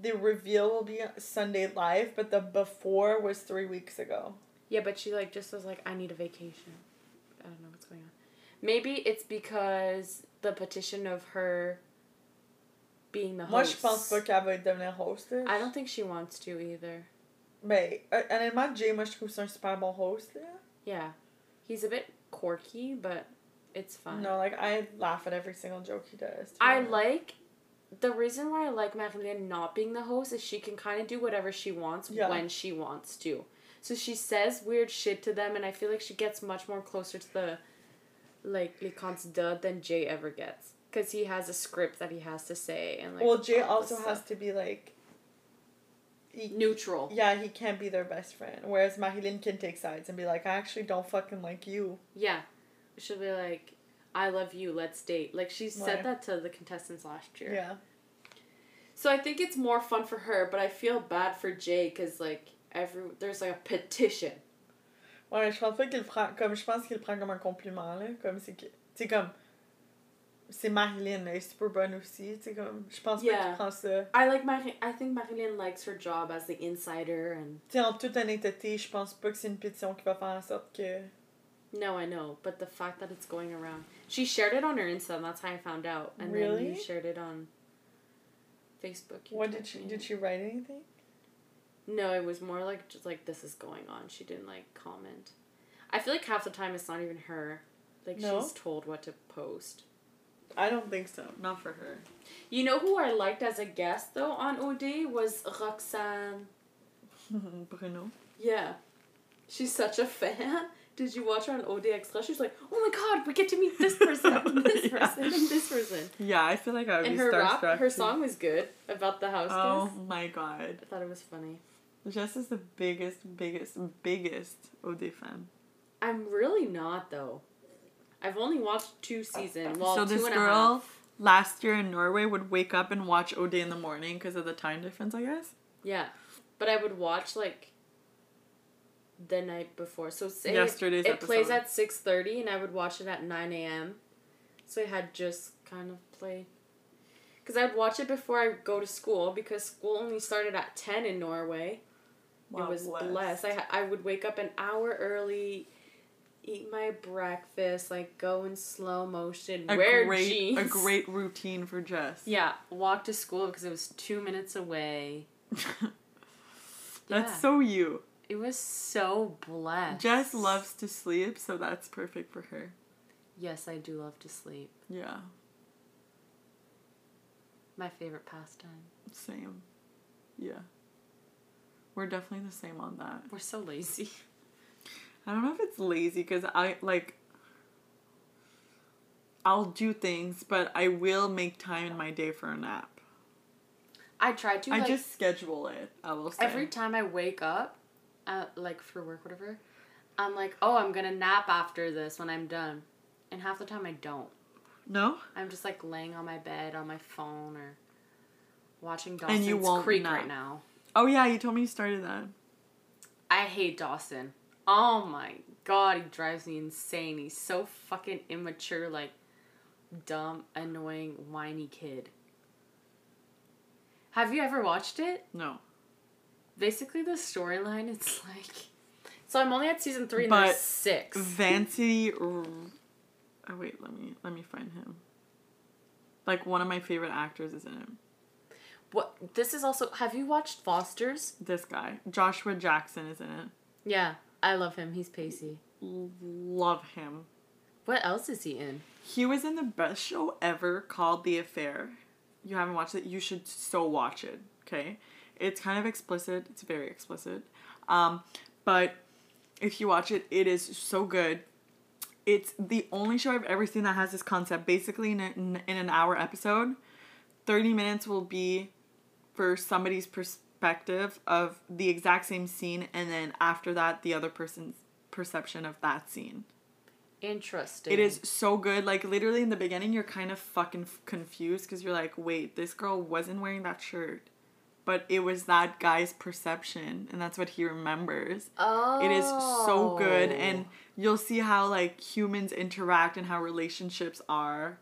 Speaker 1: the reveal will be Sunday live, but the before was three weeks ago.
Speaker 2: Yeah, but she like just was like, I need a vacation. I don't know what's going on. Maybe it's because the petition of her being the
Speaker 1: Moi,
Speaker 2: host.
Speaker 1: je pense pas qu'elle va devenir host. là.
Speaker 2: I don't think she wants to either.
Speaker 1: Ben, euh, honnêtement, Jay, moi, je trouve que c'est un super bon host. Là.
Speaker 2: Yeah. He's a bit quirky, but it's fun.
Speaker 1: No, like I laugh at every single joke he does. to be
Speaker 2: I
Speaker 1: honest.
Speaker 2: like the reason why I like Marilyn not being the host is she can kind of do whatever she wants
Speaker 1: Yeah.
Speaker 2: when she wants to. So she says weird shit to them, and I feel like she gets much more closer to the like les candidats than Jay ever gets because he has a script that he has to say and like.
Speaker 1: Well, Jay
Speaker 2: all this
Speaker 1: also has
Speaker 2: stuff.
Speaker 1: to be like. He
Speaker 2: neutral.
Speaker 1: Yeah, he can't be their best friend. Whereas Marilyn can take sides and be like, I actually don't fucking like you.
Speaker 2: Yeah, she'll be like, "I love you. Let's date." Like she
Speaker 1: Right.
Speaker 2: said that to the contestants last year.
Speaker 1: Yeah.
Speaker 2: So I think it's more fun for her, but I feel bad for Jay because like every there's like a petition.
Speaker 1: Ouais, je pense pas qu'il le prend comme je pense qu'il le prend comme un compliment là, comme c'est que c'est comme c'est Marilyn, elle est super bonne aussi, tu sais comme je pense pas qu'il
Speaker 2: Yeah.
Speaker 1: prend ça.
Speaker 2: I like Mari- I think Marilyn likes her job as the insider and
Speaker 1: Tu sais en toute honnêteté, je pense pas que c'est une pétition qui va faire en sorte que
Speaker 2: no, I know, but the fact that it's going around. She shared it on her Insta, and that's how I found out. And then
Speaker 1: Really?
Speaker 2: you shared it on Facebook. you
Speaker 1: What did
Speaker 2: tagged
Speaker 1: she
Speaker 2: me in
Speaker 1: did
Speaker 2: it.
Speaker 1: she write anything?
Speaker 2: No, it was more like just like this is going on. She didn't like comment. I feel like half the time it's not even her. Like
Speaker 1: No?
Speaker 2: she's told what to post.
Speaker 1: I don't think so. Not for her.
Speaker 2: You know who I liked as a guest though on OD was Roxanne.
Speaker 1: Bruno.
Speaker 2: Yeah. She's such a fan. Did you watch her on OD Extra? She's like, oh my god, we get to meet this person, and this
Speaker 1: Yeah.
Speaker 2: person, and this person.
Speaker 1: Yeah, I feel like I would
Speaker 2: And
Speaker 1: be
Speaker 2: her rap,
Speaker 1: starstruck,
Speaker 2: her
Speaker 1: too.
Speaker 2: song was good about the house
Speaker 1: Oh
Speaker 2: guest.
Speaker 1: my god.
Speaker 2: I thought it was funny.
Speaker 1: Jess is the biggest, biggest, biggest OD fan.
Speaker 2: I'm really not though. I've only watched two seasons. Well,
Speaker 1: so this
Speaker 2: two and a half.
Speaker 1: girl last year in Norway would wake up and watch OD in the morning because of the time difference, I guess.
Speaker 2: Yeah. But I would watch like the night before. So say it-
Speaker 1: Yesterday's
Speaker 2: it plays
Speaker 1: episode.
Speaker 2: at six thirty, and I would watch it at nine a.m. So I had just kind of played. Cause I'd watch it before I go to school because school only started at ten in Norway.
Speaker 1: Wow,
Speaker 2: it was
Speaker 1: bless.
Speaker 2: blessed. I ha- I would wake up an hour early, eat my breakfast, like go in slow motion,
Speaker 1: A
Speaker 2: wear
Speaker 1: great,
Speaker 2: jeans.
Speaker 1: a great routine for Jess.
Speaker 2: Yeah, walk to school because it was two minutes away.
Speaker 1: that's
Speaker 2: Yeah.
Speaker 1: so you.
Speaker 2: It was so blessed.
Speaker 1: Jess loves to sleep, so that's perfect for her.
Speaker 2: Yes, I do love to sleep.
Speaker 1: Yeah,
Speaker 2: My favorite pastime.
Speaker 1: same. Yeah. We're definitely the same on that.
Speaker 2: We're so lazy.
Speaker 1: I don't know if it's lazy because I like. I'll do things, but I will make time in my day for a nap.
Speaker 2: I try to
Speaker 1: I
Speaker 2: like
Speaker 1: just schedule it. I will say.
Speaker 2: every time I wake up, uh, like for work, whatever. I'm like, oh, I'm gonna nap after this when I'm done, and half the time I don't.
Speaker 1: no,
Speaker 2: I'm just like laying on my bed on my phone or watching Dawson's
Speaker 1: And you won't
Speaker 2: Creek
Speaker 1: nap.
Speaker 2: right now.
Speaker 1: oh yeah, you told me you started that.
Speaker 2: I hate Dawson. Oh my god, he drives me insane. He's so fucking immature, like dumb, annoying, whiny kid. Have you ever watched it?
Speaker 1: No,
Speaker 2: Basically, the storyline it's like. So I'm only at season three and
Speaker 1: But
Speaker 2: there's six.
Speaker 1: Vanity. R- oh wait, let me let me find him. Like one of my favorite actors is in it.
Speaker 2: What? This is also. Have you watched Foster's?
Speaker 1: This guy, Joshua Jackson, is in it.
Speaker 2: Yeah, I love him. He's Pacey.
Speaker 1: L- love him.
Speaker 2: What else is he in?
Speaker 1: He was in the best show ever called The Affair. You haven't watched it? You should so watch it. Okay, it's kind of explicit. It's very explicit. Um, but if you watch it, it is so good. It's the only show I've ever seen that has this concept. Basically, in, an in an hour episode, thirty minutes will be for somebody's perspective of the exact same scene, and then after that, the other person's perception of that scene.
Speaker 2: Interesting.
Speaker 1: It is so good. Like literally in the beginning, you're kind of fucking f- confused because you're like, wait, this girl wasn't wearing that shirt, but it was that guy's perception, and that's what he remembers.
Speaker 2: Oh.
Speaker 1: It is so good, and you'll see how like humans interact and how relationships are.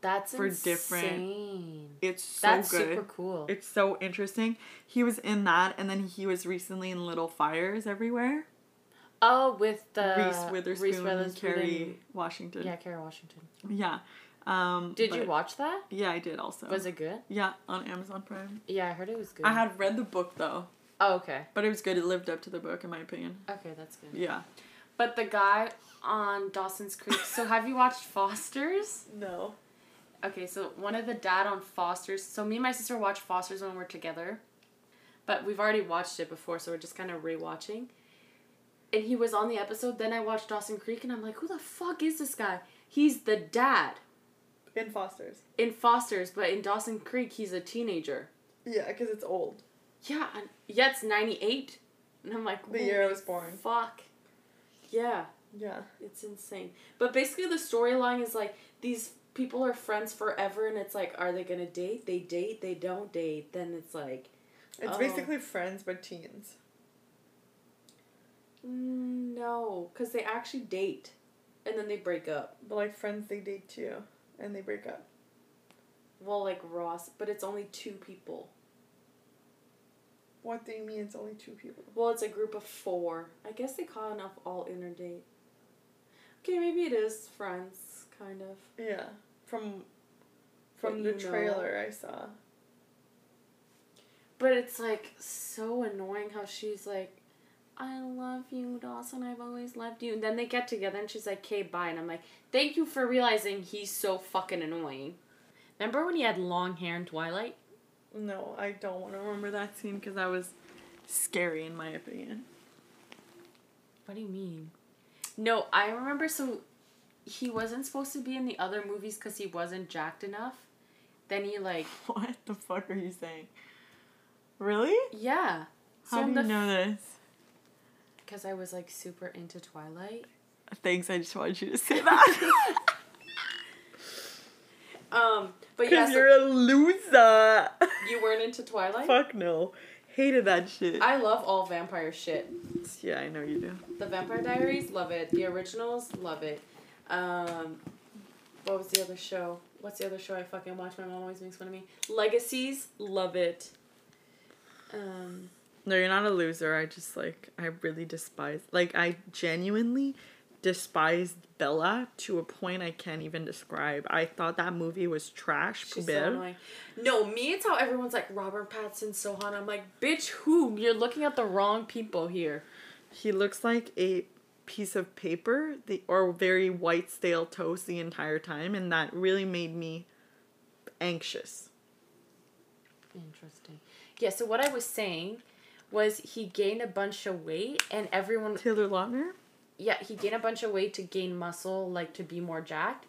Speaker 2: That's
Speaker 1: for different-
Speaker 2: insane.
Speaker 1: It's so
Speaker 2: That's
Speaker 1: good.
Speaker 2: super cool.
Speaker 1: It's so interesting. He was in that, and then he was recently in Little Fires Everywhere.
Speaker 2: oh, with the
Speaker 1: Reese Witherspoon,
Speaker 2: Reese Witherspoon
Speaker 1: Kerry Washington.
Speaker 2: and-
Speaker 1: Yeah.
Speaker 2: Yeah, Kerry Washington.
Speaker 1: Um,
Speaker 2: Did you
Speaker 1: but-
Speaker 2: watch that?
Speaker 1: Yeah, I did also.
Speaker 2: Was it good?
Speaker 1: Yeah, on Amazon Prime.
Speaker 2: Yeah, I heard it was good.
Speaker 1: I had read the book though,
Speaker 2: oh, okay.
Speaker 1: but it was good. It lived up to the book, in my opinion.
Speaker 2: Okay, that's good.
Speaker 1: Yeah.
Speaker 2: But the guy on Dawson's Creek. so have you watched Foster's?
Speaker 1: No.
Speaker 2: Okay, so one of the dad on Foster's. So me and my sister watch Foster's when we're together, but we've already watched it before, so we're just kind of rewatching. And he was on the episode. Then I watched Dawson Creek, and I'm like, who the fuck is this guy? He's the dad
Speaker 1: In Foster's.
Speaker 2: in Foster's, but in Dawson Creek, he's a teenager.
Speaker 1: Yeah, because it's old.
Speaker 2: Yeah, and, yeah, it's '98, and I'm like,
Speaker 1: The year I
Speaker 2: holy
Speaker 1: was born.
Speaker 2: Fuck. Yeah.
Speaker 1: Yeah.
Speaker 2: It's insane. But basically, the storyline is like these people are friends forever, and it's like, are they gonna date? They date, they don't date. Then it's like,
Speaker 1: It's
Speaker 2: Oh.
Speaker 1: basically friends but teens.
Speaker 2: mm, no, because they actually date and then they break up.
Speaker 1: But like friends they date too. And they break up.
Speaker 2: Well, like Ross, but it's only two people.
Speaker 1: What do you mean it's only two people?
Speaker 2: Well, it's a group of four. I guess they call enough all interdate. Okay, maybe it is friends, kind of.
Speaker 1: Yeah. From
Speaker 2: But
Speaker 1: from
Speaker 2: you
Speaker 1: the
Speaker 2: know.
Speaker 1: trailer I saw.
Speaker 2: But it's like so annoying how she's like, I love you, Dawson. I've always loved you. And then they get together and she's like, okay, bye. And I'm like, thank you for realizing he's so fucking annoying. Remember when he had long hair in Twilight?
Speaker 1: No, I don't want to remember that scene because that was scary in my opinion.
Speaker 2: What do you mean? No, I remember so he wasn't supposed to be in the other movies because he wasn't jacked enough. Then he like,
Speaker 1: What the fuck are you saying? Really?
Speaker 2: yeah.
Speaker 1: How do you know this?
Speaker 2: Because I was like super into Twilight.
Speaker 1: Thanks, I just wanted you to say that.
Speaker 2: Um, but Um,
Speaker 1: Because you're a loser.
Speaker 2: you weren't into Twilight.
Speaker 1: Fuck no. hated that shit.
Speaker 2: I love all vampire shit.
Speaker 1: yeah, I know you do.
Speaker 2: The Vampire Diaries, love it. The originals, love it. Um, what was the other show? What's the other show I fucking watch? My mom always makes fun of me. Legacies, love it. Um,
Speaker 1: No, you're not a loser. I just like I really despise like I genuinely despised Bella to a point I can't even describe. I thought that movie was trash.
Speaker 2: she's so
Speaker 1: Pooh Bear.
Speaker 2: annoying. No, me, it's how everyone's like Robert Pattinson, so hot. I'm like, bitch, who? You're looking at the wrong people here.
Speaker 1: he looks like a piece of paper, the or very white stale toast the entire time, and that really made me anxious.
Speaker 2: Interesting. Yeah, so what I was saying was he gained a bunch of weight and everyone
Speaker 1: Taylor Lautner.
Speaker 2: yeah, he gained a bunch of weight to gain muscle, like to be more jacked.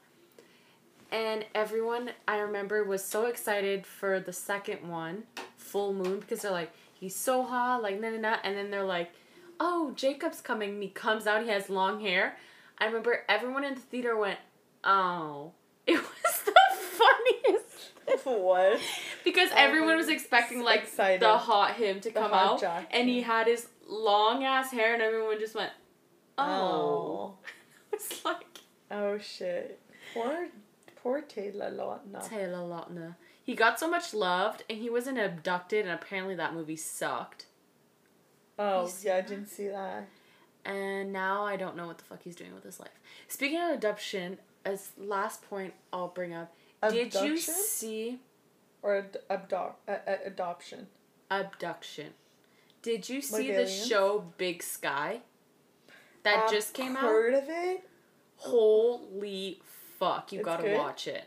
Speaker 2: And everyone I remember was so excited for the second one, full moon, because they're like, he's so hot, like na na na and then they're like, Oh, Jacob's coming and he comes out, he has long hair. I remember everyone in the theater went, Oh. It was the funniest
Speaker 1: what?
Speaker 2: because everyone was expecting like
Speaker 1: excited.
Speaker 2: the hot him to come
Speaker 1: hot
Speaker 2: out,
Speaker 1: jock,
Speaker 2: and he
Speaker 1: yeah.
Speaker 2: had his long ass hair, and everyone just went, "Oh."
Speaker 1: Oh.
Speaker 2: it's like
Speaker 1: Oh shit. Poor poor Taylor Lautner.
Speaker 2: Taylor Lautner. He got so much loved, and he wasn't abducted, and apparently that movie sucked.
Speaker 1: Oh
Speaker 2: He's-
Speaker 1: yeah, I didn't see that.
Speaker 2: And now I don't know what the fuck he's doing with his life. Speaking of adoption, as last point I'll bring up, did you
Speaker 1: Abduction?
Speaker 2: see
Speaker 1: Or ad- abdo- a- a- adoption.
Speaker 2: abduction? Did you see the
Speaker 1: aliens?
Speaker 2: show Big Sky? That
Speaker 1: I've
Speaker 2: just came out.
Speaker 1: Heard of it?
Speaker 2: Holy fuck, you
Speaker 1: It's
Speaker 2: gotta
Speaker 1: good?
Speaker 2: watch it.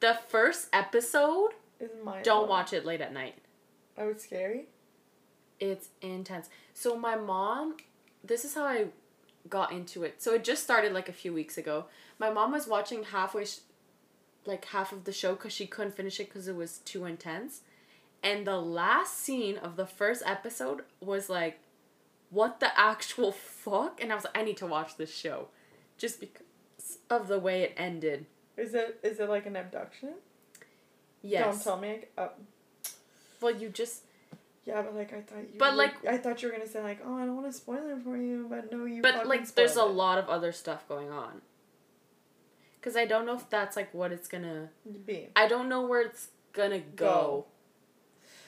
Speaker 2: The first episode,
Speaker 1: Is my
Speaker 2: don't watch it late at night.
Speaker 1: Oh, it's scary.
Speaker 2: It's intense. So, my mom, this is how I got into it. So, it just started like a few weeks ago. My mom was watching halfway, sh- like half of the show because she couldn't finish it because it was too intense. And the last scene of the first episode was like, what the actual fuck? And I was like, I need to watch this show just because of the way it ended.
Speaker 1: Is it is it like an abduction? Don't
Speaker 2: Yes.
Speaker 1: tell me. I- Uh,
Speaker 2: Well, you just
Speaker 1: yeah, but like I thought you.
Speaker 2: But,
Speaker 1: were-
Speaker 2: like-
Speaker 1: I thought you were gonna say like, oh, I don't want to spoil it for you, but no, you.
Speaker 2: but
Speaker 1: fucking
Speaker 2: like there's a
Speaker 1: spoiled it.
Speaker 2: lot of other stuff going on. Cuz I don't know if that's like what it's going to
Speaker 1: Be.
Speaker 2: I don't know where it's going to go.
Speaker 1: Go.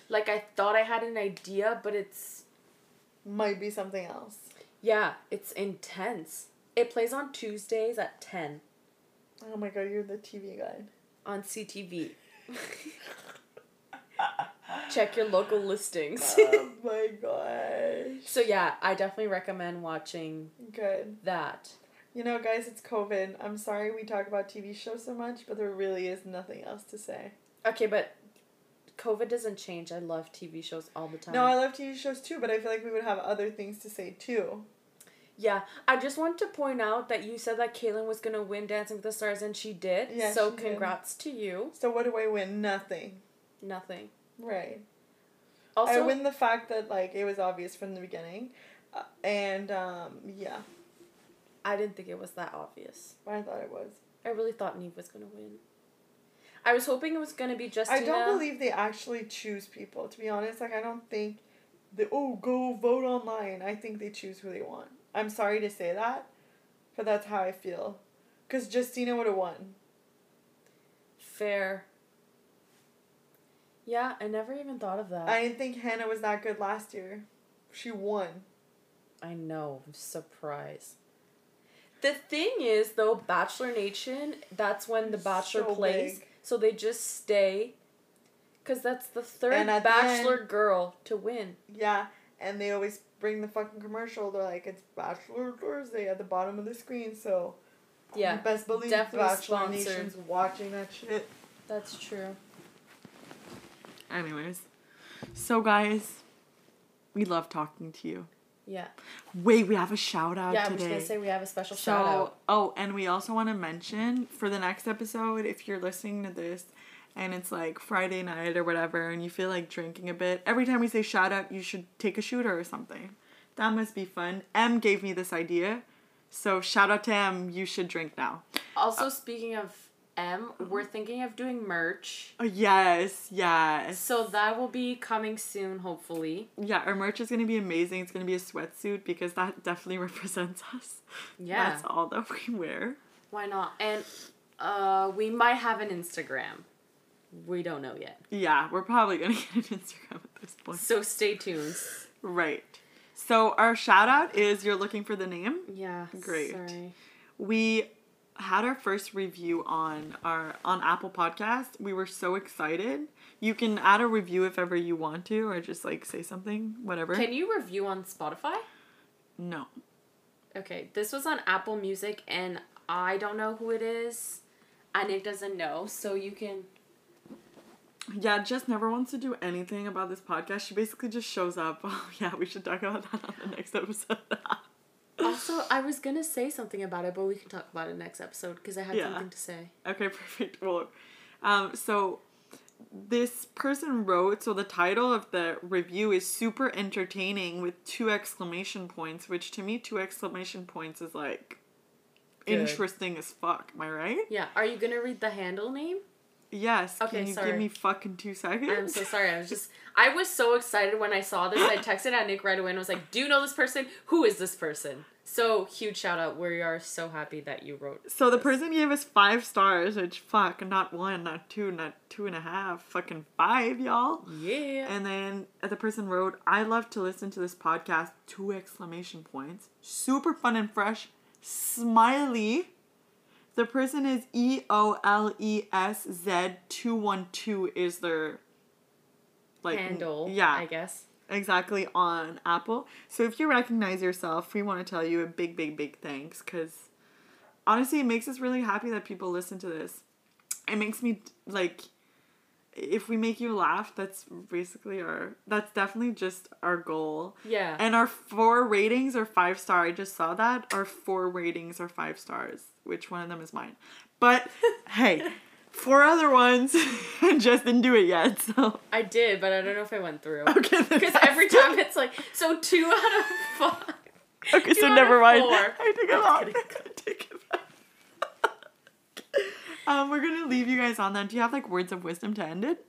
Speaker 2: Like I thought I had an idea, but it's
Speaker 1: Might be something else.
Speaker 2: yeah, it's intense. It plays on Tuesdays at 10
Speaker 1: Oh my god, you're the TV guy.
Speaker 2: on CTV. Check your local listings.
Speaker 1: oh my gosh.
Speaker 2: so yeah, I definitely recommend watching
Speaker 1: Good.
Speaker 2: that.
Speaker 1: You know, guys, it's COVID. I'm sorry we talk about TV shows so much, but there really is nothing else to say.
Speaker 2: Okay, but COVID doesn't change. I love TV shows all the time.
Speaker 1: No, I love TV shows too, but I feel like we would have other things to say too.
Speaker 2: yeah, I just wanted to point out that you said that Kaylin was gonna win Dancing with the Stars, and she did.
Speaker 1: Yeah,
Speaker 2: so
Speaker 1: she did.
Speaker 2: congrats to you.
Speaker 1: So what do I win? Nothing.
Speaker 2: Nothing.
Speaker 1: Right.
Speaker 2: Also,
Speaker 1: I win the fact that like it was obvious from the beginning, uh, and um, yeah,
Speaker 2: I didn't think it was that obvious.
Speaker 1: I thought it was.
Speaker 2: I really thought Neve was gonna win. I was hoping it was gonna be Justina.
Speaker 1: I don't believe they actually choose people. To be honest, like I don't think the oh go vote online. I think they choose who they want. I'm sorry to say that, but that's how I feel. Cause Justina would have won.
Speaker 2: Fair. Yeah, I never even thought of that.
Speaker 1: I didn't think Hannah was that good last year. She won.
Speaker 2: I know, I'm surprised. The thing is, though, Bachelor Nation, that's when the Bachelor
Speaker 1: So
Speaker 2: plays.
Speaker 1: big.
Speaker 2: So they just stay. Because that's the third
Speaker 1: And at the
Speaker 2: Bachelor girl to win.
Speaker 1: Yeah, and they always bring the fucking commercial. They're like, it's Bachelor Thursday at the bottom of the screen, so
Speaker 2: Yeah,
Speaker 1: you best believe
Speaker 2: definitely
Speaker 1: Bachelor
Speaker 2: sponsored.
Speaker 1: Nation's watching that shit.
Speaker 2: that's true.
Speaker 1: Anyways, so guys, we love talking to you.
Speaker 2: Yeah.
Speaker 1: Wait, we have a shout out
Speaker 2: yeah, I was
Speaker 1: today.
Speaker 2: going to say we have a special
Speaker 1: so,
Speaker 2: shout out.
Speaker 1: oh, and we also want to mention for the next episode, if you're listening to this and it's like Friday night or whatever, and you feel like drinking a bit, every time we say shout out, you should take a shooter or something. That must be fun. M gave me this idea. So, shout out to M. You should drink now.
Speaker 2: Uh, Also, speaking of M. We're thinking of doing merch.
Speaker 1: Oh, yes, yes.
Speaker 2: So that will be coming soon, hopefully.
Speaker 1: Yeah, our merch is gonna be amazing. It's gonna be a sweatsuit because that definitely represents us.
Speaker 2: Yeah.
Speaker 1: That's all that we wear.
Speaker 2: Why not? And uh, we might have an Instagram. We don't know yet.
Speaker 1: Yeah, we're probably gonna get an Instagram at this point.
Speaker 2: So stay tuned.
Speaker 1: Right. So our shout out is you're looking for the name.
Speaker 2: Yeah.
Speaker 1: Great.
Speaker 2: Sorry.
Speaker 1: We had our first review on our on Apple Podcast. We were so excited. You can add a review if ever you want to, or just like say something, whatever.
Speaker 2: Can you review on Spotify?
Speaker 1: no.
Speaker 2: Okay, this was on Apple Music, and I don't know who it is, and it doesn't know, so you can.
Speaker 1: Yeah, Jess never wants to do anything about this podcast. She basically just shows up. Oh yeah, we should talk about that on the next episode.
Speaker 2: Also, I was gonna say something about it, but we can talk about it next episode because I had
Speaker 1: Yeah.
Speaker 2: something to say.
Speaker 1: Okay, perfect. Well, um, so this person wrote so the title of the review is super entertaining with two exclamation points, which to me, two exclamation points is like
Speaker 2: Good.
Speaker 1: interesting as fuck. Am I right?
Speaker 2: Yeah, are you gonna read the handle name?
Speaker 1: Yes.
Speaker 2: Okay,
Speaker 1: Can you
Speaker 2: sorry.
Speaker 1: give me fucking two seconds?
Speaker 2: I'm so sorry. I was just, I was so excited when I saw this. I texted at Nick right away and was like, "Do you know this person? Who is this person?" So huge shout out. We are so happy that you wrote.
Speaker 1: So the
Speaker 2: this.
Speaker 1: person gave us five stars, which fuck, not one, not two, not two and a half, fucking five, y'all.
Speaker 2: Yeah.
Speaker 1: And then the person wrote, I love to listen to this podcast, two exclamation points. Super fun and fresh. Smiley. The person is E O L E S Z 212 is their like
Speaker 2: handle.
Speaker 1: Yeah,
Speaker 2: I guess.
Speaker 1: exactly on Apple. So if you recognize yourself, we want to tell you a big, big, big thanks because honestly, it makes us really happy that people listen to this. It makes me like, if we make you laugh, that's basically our, that's definitely just our goal.
Speaker 2: Yeah.
Speaker 1: And our four ratings are five star. I just saw that. Our four ratings are five stars, which one of them is mine. But hey, four other ones, and just didn't do it yet. So
Speaker 2: I did, but I don't know if I went through.
Speaker 1: okay, then
Speaker 2: Because
Speaker 1: Oh, that's-
Speaker 2: every time it's like, so two out of five.
Speaker 1: Okay,
Speaker 2: Two
Speaker 1: so
Speaker 2: out
Speaker 1: never
Speaker 2: of
Speaker 1: mind.
Speaker 2: four.
Speaker 1: I take
Speaker 2: I'm
Speaker 1: it back.
Speaker 2: kidding.
Speaker 1: I take it back. um, we're gonna leave you guys on that. Do you have like words of wisdom to end it?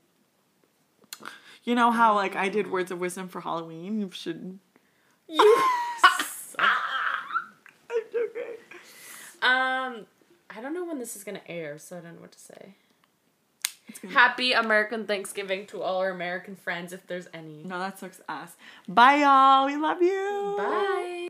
Speaker 1: You know how like I did words of wisdom for Halloween. You should.
Speaker 2: You.
Speaker 1: I'm joking.
Speaker 2: um, I don't know when this is gonna air, so I don't know what to say.
Speaker 1: It's gonna-
Speaker 2: Happy American Thanksgiving to all our American friends, if there's any.
Speaker 1: No, that sucks ass. Bye, y'all. We love you.
Speaker 2: Bye.